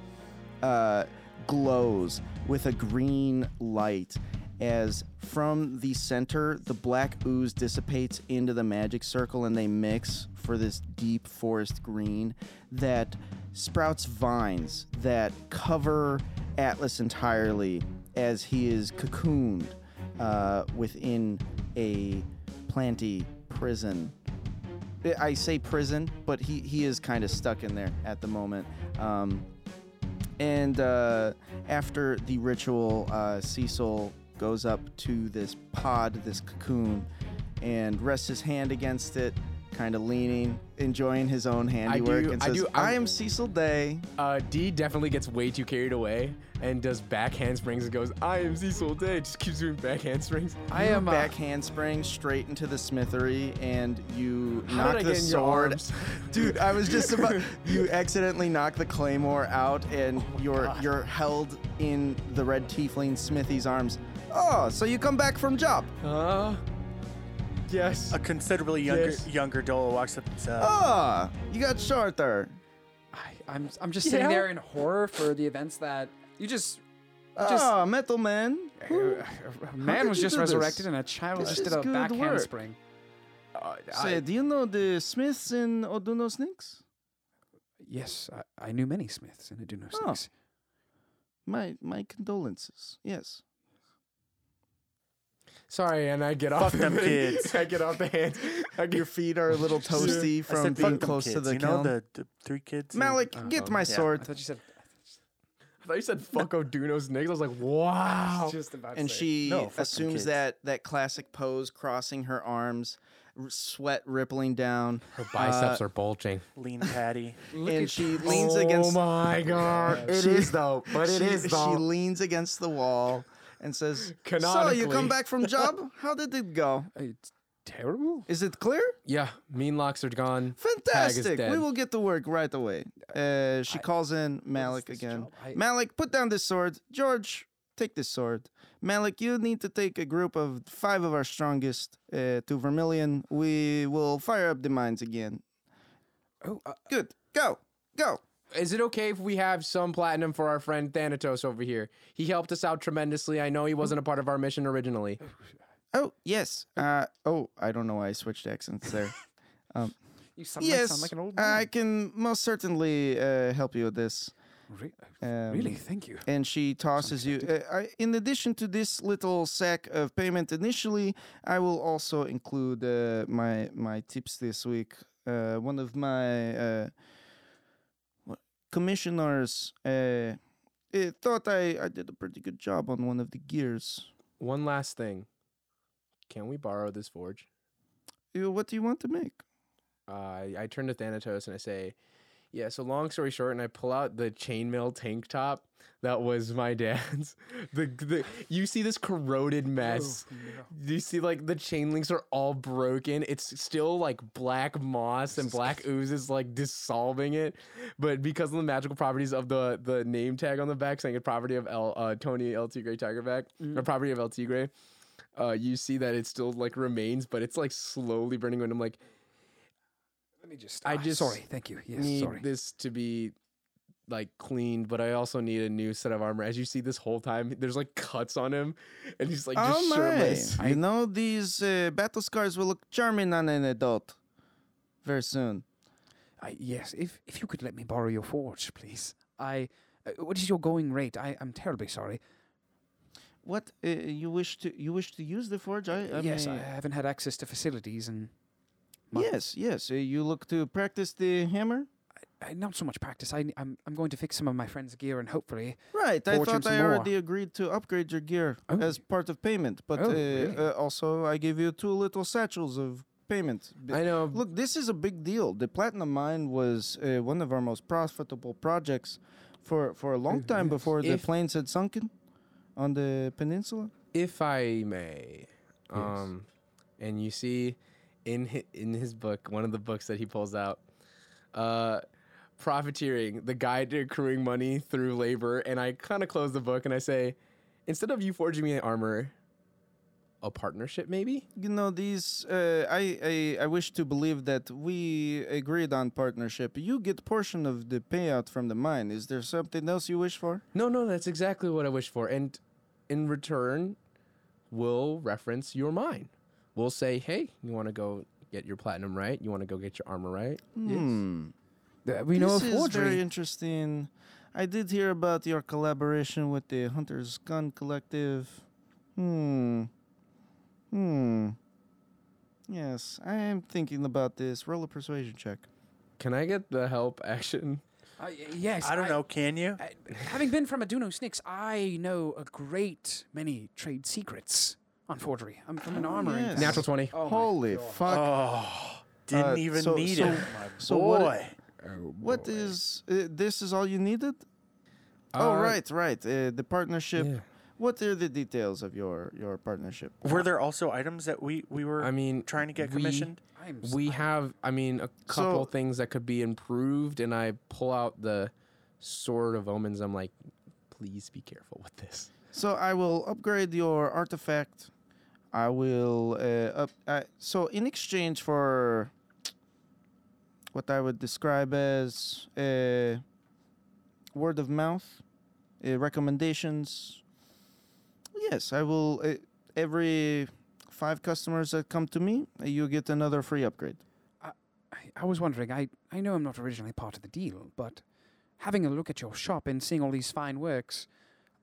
D: uh, glows with a green light as from the center the black ooze dissipates into the magic circle and they mix for this deep forest green that sprouts vines that cover Atlas entirely as he is cocooned uh, within a planty prison. I- I say prison, but he, he is kind of stuck in there at the moment. Um, and uh, after the ritual, uh, Cecil goes up to this pod, this cocoon, and rests his hand against it, kind of leaning, enjoying his own handiwork,
C: do-
D: and
C: I
D: says,
C: do-
D: I,
C: I'm-
D: am Cecil Day.
C: Uh, D definitely gets way too carried away and does back handsprings and goes, I am Cecil Day. Just keeps doing back handsprings.
B: I am uh,
D: Back handspring straight into the smithery, and you
C: How did I
D: knock the
C: get in your
D: sword.
C: arms?
D: Dude, I was just about. You accidentally knock the claymore out, and you're you're held in the red tiefling Smithy's arms. Oh, so you come back from job?
C: Uh, yes.
D: Uh,
A: A considerably younger
C: Yes.
A: younger Dola walks up. and says, Uh,
D: Ah, you got shorter.
B: I, I'm I'm just sitting
C: Yeah.
B: there in horror for the events that you just. Just-
D: Ah, metal man. Who-
B: A man
D: did
B: was
D: you
B: just
D: do this?
B: resurrected and a child
D: This
B: just did
D: is
B: a
D: good
B: back
D: work.
B: handspring.
D: Say, do you know the Smiths in Oduno Snicks?
B: Yes, I, I knew many Smiths and I do know
D: Oh.
B: Smiths.
D: My my condolences. Yes.
C: Sorry, and I get off.
A: Fuck them
C: the-
A: kids.
C: I get off the hands. I get
D: Your feet are a little toasty
A: I
D: from
A: said,
D: being
A: "Fuck them
D: close to
A: kids,"
D: the Oh,
A: you know
D: kiln.
A: the, the three kids. and-
D: Malik, get my sword.
B: I thought you said
C: I thought you said fuck Oduno's niggas. I was like, wow.
B: just about. to
D: and
B: say.
D: she
A: No, fuck them
D: assumes
A: kids.
D: that that classic pose, crossing her arms, r- sweat rippling down,
C: Her biceps are bulging.
A: lean patty.
D: and she Uh, leans
C: oh
D: against.
C: my god. It is though. But it
D: she,
C: is
D: She
C: though.
D: leans against the wall and says, "So you come
C: Canonically.
D: back from job? How did it go?
B: It's terrible.
D: Is it clear?
C: yeah, mean locks are gone.
D: Fantastic. We
C: dead.
D: will get to work right away." Uh, she calls in Malik
B: this
D: again.
B: job? I-
D: Malik, put down this sword. George, take this sword. Malik, you need to take a group of five of our strongest uh, to Vermilion. We will fire up the mines again.
B: Oh, uh,
D: Good. Go. Go.
C: Is it okay if we have some platinum for our friend Thanatos over here? He helped us out tremendously. I know he wasn't a part of our mission originally.
D: Oh, yes. Uh, oh, I don't know why I switched accents there.
B: You sound, like,
D: Yes,
B: sound like an old
D: I
B: man.
D: can most certainly uh, help you with this.
B: Re-
D: Um,
B: really, thank you.
D: And she tosses you. Uh, I, in addition to this little sack of payment initially, I will also include uh, my my tips this week. Uh, one of my uh, what- commissioners uh, eh, thought I, I did a pretty good job on one of the gears.
C: One last thing. Can we borrow this forge?
D: You- What do you want to make?
C: Uh, I, I turn to Thanatos and I say, Yeah, so long story short, and I pull out the chainmail tank top that was my dad's. the, the You see this corroded mess. You see, like, the chain links are all broken. It's still like black moss and black ooze is like dissolving it. But because of the magical properties of the the name tag on the back saying a property of L, uh, Tony L. Tigre Tigerback, a property of L. Tigre, uh, you see that it still like remains, but it's like slowly burning. And I'm like,
B: Let me just.
C: I
B: ah,
C: just
B: sorry. Thank you. Yes,
C: need
B: sorry.
C: this to be like cleaned, but I also need a new set of armor. As you see, this whole time there's like cuts on him, and he's like just shirtless.
D: I Oh, know these uh, battle scars will look charming on an adult very soon.
B: I, yes, if if you could let me borrow your forge, please. I. Uh, what is your going rate? I am terribly sorry.
D: What uh, you wish to you wish to use the forge? I, I
B: yes, I
D: may-
B: haven't had access to facilities and
D: Yes, yes. Uh, you look to practice the hammer?
B: I, Uh, not so much practice. I, I'm I'm going to fix some of my friend's gear and hopefully.
D: Right. I
B: Forge him
D: thought I
B: some more.
D: already agreed to upgrade your gear
B: Oh.
D: as part of payment, but
B: Oh,
D: uh,
B: really?
D: uh, also I gave you two little satchels of payment. B-
C: I know.
D: Look, this is a big deal. The platinum mine was uh, one of our most profitable projects for, for a long time before the
C: If-
D: planes had sunken on the peninsula.
C: if I may, um, and you see in his, in his book, one of the books that he pulls out, uh, profiteering, the guide to accruing money through labor, and I kind of close the book and I say, instead of you forging me an armor, a partnership maybe.
D: You know, these. Uh, I, I I wish to believe that we agreed on partnership. You get portion of the payout from the mine. Is there something else you wish for?
C: No, no, that's exactly what I wish for. And in return, we'll reference your mine. We'll say, hey, you want to go get your platinum right? You want to go get your armor right?
A: Mm.
B: Uh, we know
D: this
B: of
D: is
B: forgery.
D: very interesting. I did hear about your collaboration with the Hunter's Gun Collective. Hmm. Hmm. Yes, I am thinking about this. Roll a persuasion check.
C: Can I get the help action?
B: Uh, y- yes,
A: I don't know. Can you?
D: Uh,
B: I- having been from Aduno Snicks, I know a great many trade secrets on forgery. I'm from an armory.
D: Oh, yes.
B: family.
C: Natural 20.
D: Holy fuck.
A: Oh, didn't
D: Uh,
A: even
D: so-
A: need
D: so-
A: it.
D: so
A: boy.
D: what- What is uh, this? Is all you needed? oh
C: Uh,
D: right, right. Uh, the partnership.
C: yeah.
D: What are the details of your your partnership?
A: Were there also items that we we were
C: I mean,
A: trying to get
C: we-
A: commissioned?
B: I'm s-
C: We have, I mean, a couple
D: So-
C: things that could be improved, and I pull out the Sword of Omens. I'm like, please be careful with this.
D: So I will upgrade your artifact. I will uh, up. I so in exchange for what I would describe as uh, word of mouth, uh, recommendations. Yes, I will. Uh, every five customers that come to me, you get another free upgrade.
B: I, I was wondering. I I know I'm not originally part of the deal, but having a look at your shop and seeing all these fine works,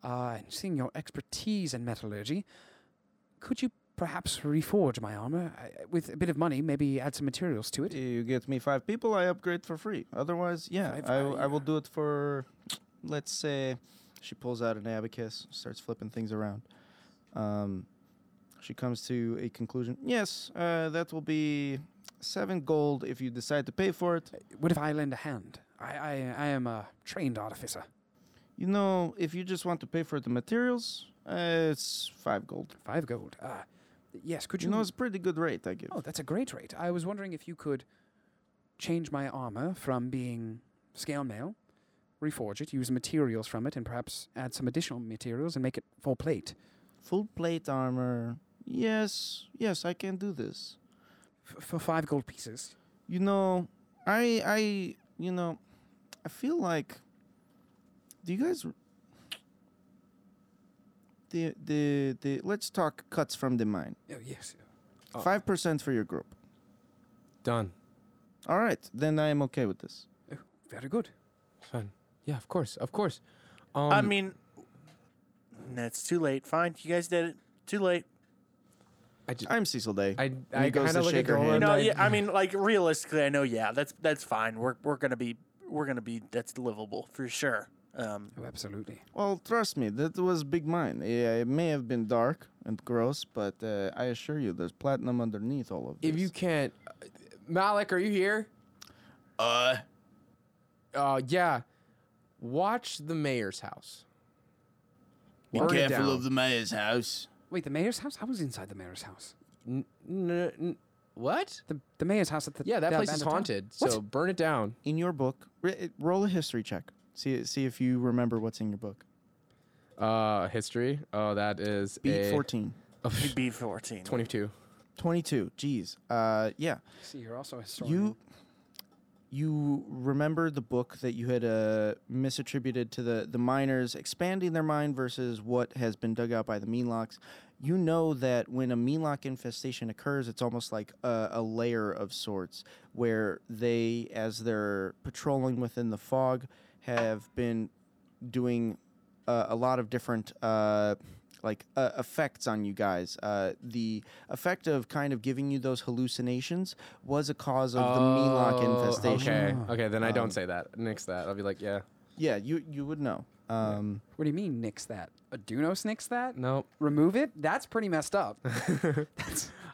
B: uh, and seeing your expertise in metallurgy, could you perhaps reforge my armor I, with a bit of money? Maybe add some materials to it.
D: You get me five people, I upgrade for free. Otherwise, yeah,
B: Five,
D: I,
B: uh,
D: I will
B: yeah.
D: do it for, let's say, she pulls out an abacus, starts flipping things around. Um, she comes to a conclusion. Yes, uh, that will be seven gold if you decide to pay for it.
B: What if I lend a hand? I, I, I am a trained artificer.
D: You know, if you just want to pay for the materials, uh, it's five gold.
B: Five gold. Uh, yes, could
D: You
B: you?
D: know, it's a pretty good rate I give.
B: oh, that's a great rate. I was wondering if you could change my armor from being scale mail, reforge it, use materials from it, and perhaps add some additional materials and make it full plate.
D: Full plate armor. Yes, yes, I can do this.
B: F- for five gold pieces.
D: you know, I I you know, I feel like do you guys r- the the the let's talk cuts from the mine.
B: Oh, yes.
D: Five percent for your group.
C: Done.
D: All right, then I am okay with this.
B: Very good.
C: Fun. Yeah, of course, of course. Um,
A: I mean, that's too late. Fine, you guys did it. Too late.
C: I, ju-
D: I'm Cecil Day.
C: I,
D: he
C: I
D: goes
C: kind
D: to
C: of look
D: shake
C: at
D: her
C: Dolan.
D: hand.
A: No,
C: I,
A: yeah. I mean, like realistically, I know. Yeah, that's that's fine. We're we're gonna be we're gonna be that's livable for sure. Um,
B: Oh, absolutely.
D: well, trust me, that was big mine. Yeah, it may have been dark and gross, but uh, I assure you, there's platinum underneath all of this.
C: If you can't, Malik, are you here?
F: Uh,
C: Uh, yeah. Watch the mayor's house.
F: be
C: Burn it
F: careful
C: down.
F: of the mayor's house.
B: Wait, the mayor's house? I was inside the mayor's house.
C: N- n- n- what?
B: The, the mayor's house at the
C: Yeah, that
B: the
C: place is
B: abandoned town?
C: haunted.
B: What?
C: So burn it down.
D: in your book, r- roll a history check. See see if you remember what's in your book.
C: Uh, history. Oh, that is
D: Beat
C: a
D: 14.
A: you'd be fourteen.
C: 22.
D: 22. Jeez. Uh, yeah.
B: See, you're also a historian.
D: You you remember the book that you had uh, misattributed to the the miners expanding their mine versus what has been dug out by the Meanlocks. You know that when a Meanlock infestation occurs, it's almost like a, a layer of sorts where they, as they're patrolling within the fog, have been doing uh, a lot of different uh, like uh, effects on you guys. Uh, the effect of kind of giving you those hallucinations was a cause of the Melock
C: Oh,
D: infestation.
C: Okay, okay, then I don't say that. Nix that. I'll be like, yeah,
D: Yeah, you you would know. Um,
B: What do you mean, nix that? A Dunos nix that?
C: nope.
B: Remove it? That's pretty messed up.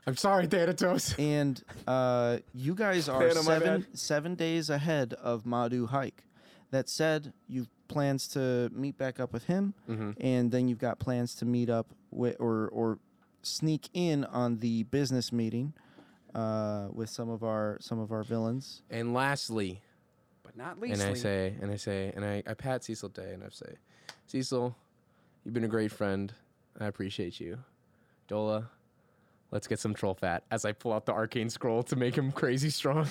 C: I'm sorry, Thanatos.
D: and uh, you guys are
C: Man, oh, my
D: seven seven days ahead of Madu Hike. That said, you've plans to meet back up with him,
C: Mm-hmm.
D: and then you've got plans to meet up with or or sneak in on the business meeting uh, with some of our some of our villains.
C: And lastly,
B: but not leastly.
C: And I say, and I say, and I, I pat Cecil Day and I say, Cecil, you've been a great friend. I appreciate you. Dola, let's get some troll fat as I pull out the arcane scroll to make him crazy strong.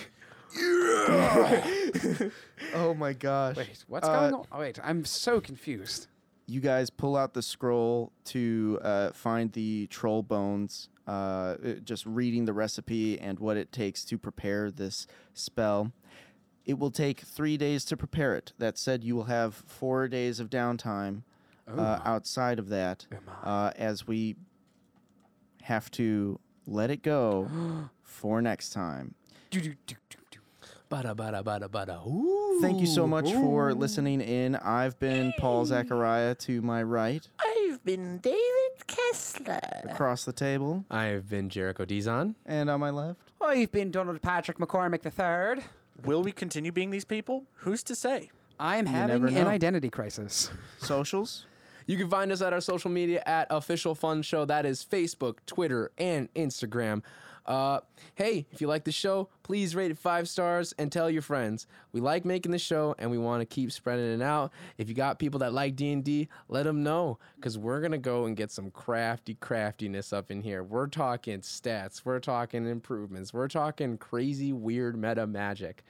D: Oh my gosh!
B: Wait, what's going
C: uh,
B: on? Oh, wait, I'm so confused.
D: you guys pull out the scroll to uh, find the troll bones. Uh, it- just reading the recipe and what it takes to prepare this spell. It will take three days to prepare it. That said, you will have four days of downtime uh, outside of that, uh, as we have to let it go for next time.
B: Do, do, do, do, do.
C: Bada bada bada bada. Ooh.
D: Thank you so much for listening in. I've been Paul Zachariah to my right,
E: I've been David Kessler.
D: across the table,
C: I've been Jericho Dizon.
D: and on my left.
B: Oh, you've been Donald Patrick McCormick III.
A: Will we continue being these people? Who's to say?
B: I'm
D: never
B: having an
D: know.
B: identity crisis.
D: socials.
C: You can find us at our social media at Official Fun Show. That is Facebook, Twitter, and Instagram. Uh, hey, if you like the show, please rate it five stars and tell your friends. We like making the show and we want to keep spreading it out. If you got people that like D and D, let them know because we're gonna go and get some crafty craftiness up in here. We're talking stats, we're talking improvements, we're talking crazy weird meta magic.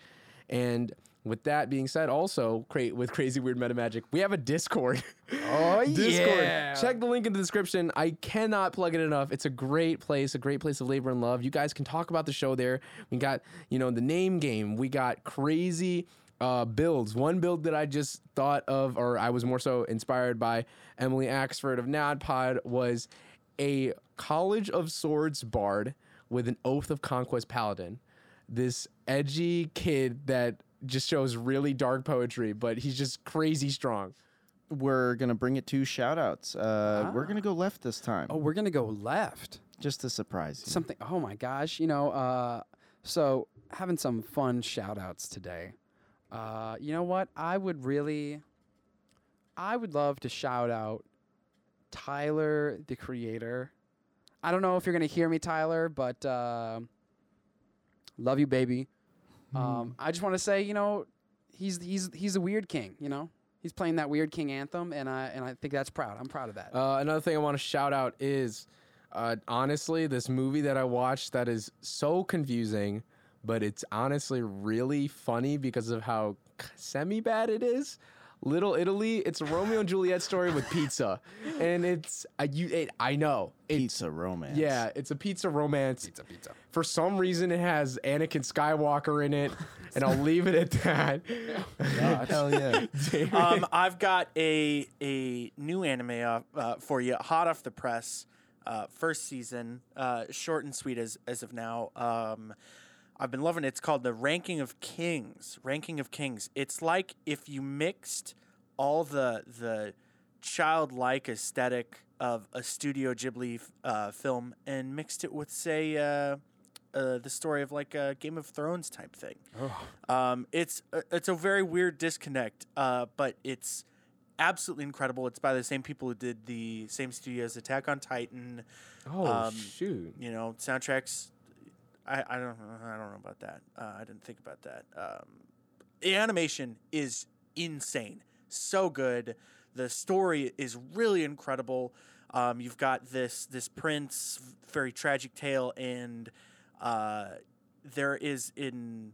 C: And with that being said, also cra- with Crazy Weird Meta Magic, we have a Discord. Oh
B: yeah.
C: Check the link in the description. I cannot plug it enough. It's a great place, a great place of labor and love. You guys can talk about the show there. We got, you know, the name game. We got crazy uh, builds. One build that I just thought of, or I was more so inspired by Emily Axford of NadPod, was a College of Swords bard with an Oath of Conquest paladin this edgy kid that just shows really dark poetry, but he's just crazy strong.
D: We're gonna bring it to shout outs. Uh, We're gonna go left this time,
B: Oh, we're going to go left.
D: just to surprise you.
B: something oh my gosh you know uh so having some fun shout outs today uh you know what i would really i would love to shout out tyler the creator i don't know if you're gonna hear me tyler but uh, love you baby um i just want to say you know he's he's he's a weird king you know he's playing that weird king anthem and i and i think that's proud i'm proud of that
C: Uh, another thing I want to shout out is uh, honestly, this movie that I watched that is so confusing, but it's honestly really funny because of how semi bad it is. Little Italy. It's a Romeo and Juliet story with pizza, and it's I you. It, I know. It's
D: Pizza romance.
C: yeah. It's a pizza romance.
B: Pizza, pizza.
C: For some reason, it has Anakin Skywalker in it, and I'll leave it at that.
D: Hell yeah.
B: Uh,
A: um, I've got a a new anime off, uh, for you, hot off the press, uh, first season, uh, short and sweet as as of now. Um, I've been loving it. It's called The Ranking of Kings. Ranking of Kings. It's like if you mixed all the the childlike aesthetic of a Studio Ghibli uh, film and mixed it with say. Uh, uh, the story of like a Game of Thrones type thing. Um, it's uh, it's a very weird disconnect, uh, but it's absolutely incredible. It's by the same people who did the same studios Attack on Titan.
C: Oh
A: Um,
C: shoot!
A: You know, soundtracks. I, I don't I don't know about that. Uh, I didn't think about that. Um, the animation is insane, so good. The story is really incredible. Um, you've got this this prince, very tragic tale, and uh, there is in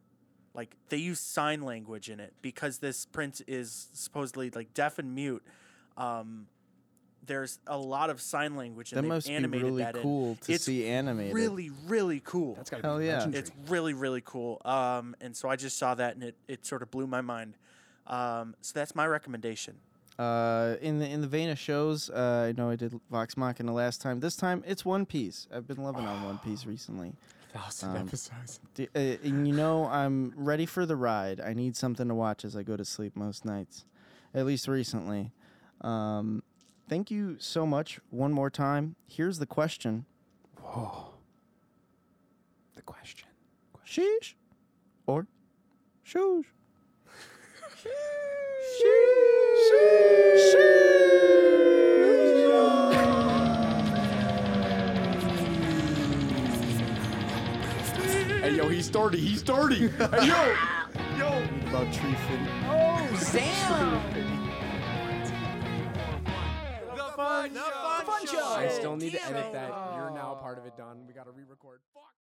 A: like they use sign language in it because this prince is supposedly like deaf and mute. Um, there's a lot of sign language, and
D: That
A: they've
D: must be
A: animated
D: really
A: that in.
D: cool to
A: It's
D: see animated.
A: Really, really cool.
B: That's gotta
D: Hell
B: be
D: yeah.
B: legendary.
A: It's really, really cool. Um, and so I just saw that and it, it sort of blew my mind. Um, so that's my recommendation.
D: Uh, in the in the vein of shows, uh, I know I did Vox Machina last time. This time it's One Piece. I've been loving on One Piece recently.
C: Thousand
B: Um,
C: episodes.
D: D- uh, and you know I'm ready for the ride. I need something to watch as I go to sleep most nights, at least recently. Um, thank you so much one more time. Here's the question:
B: the question.
D: Sheesh, or shoosh?
C: Hey yo, he's thirty. He's thirty. hey yo, yo.
D: About tree food.
C: I still need to edit that. You're now part of it, Don. We gotta re-record. Fuck.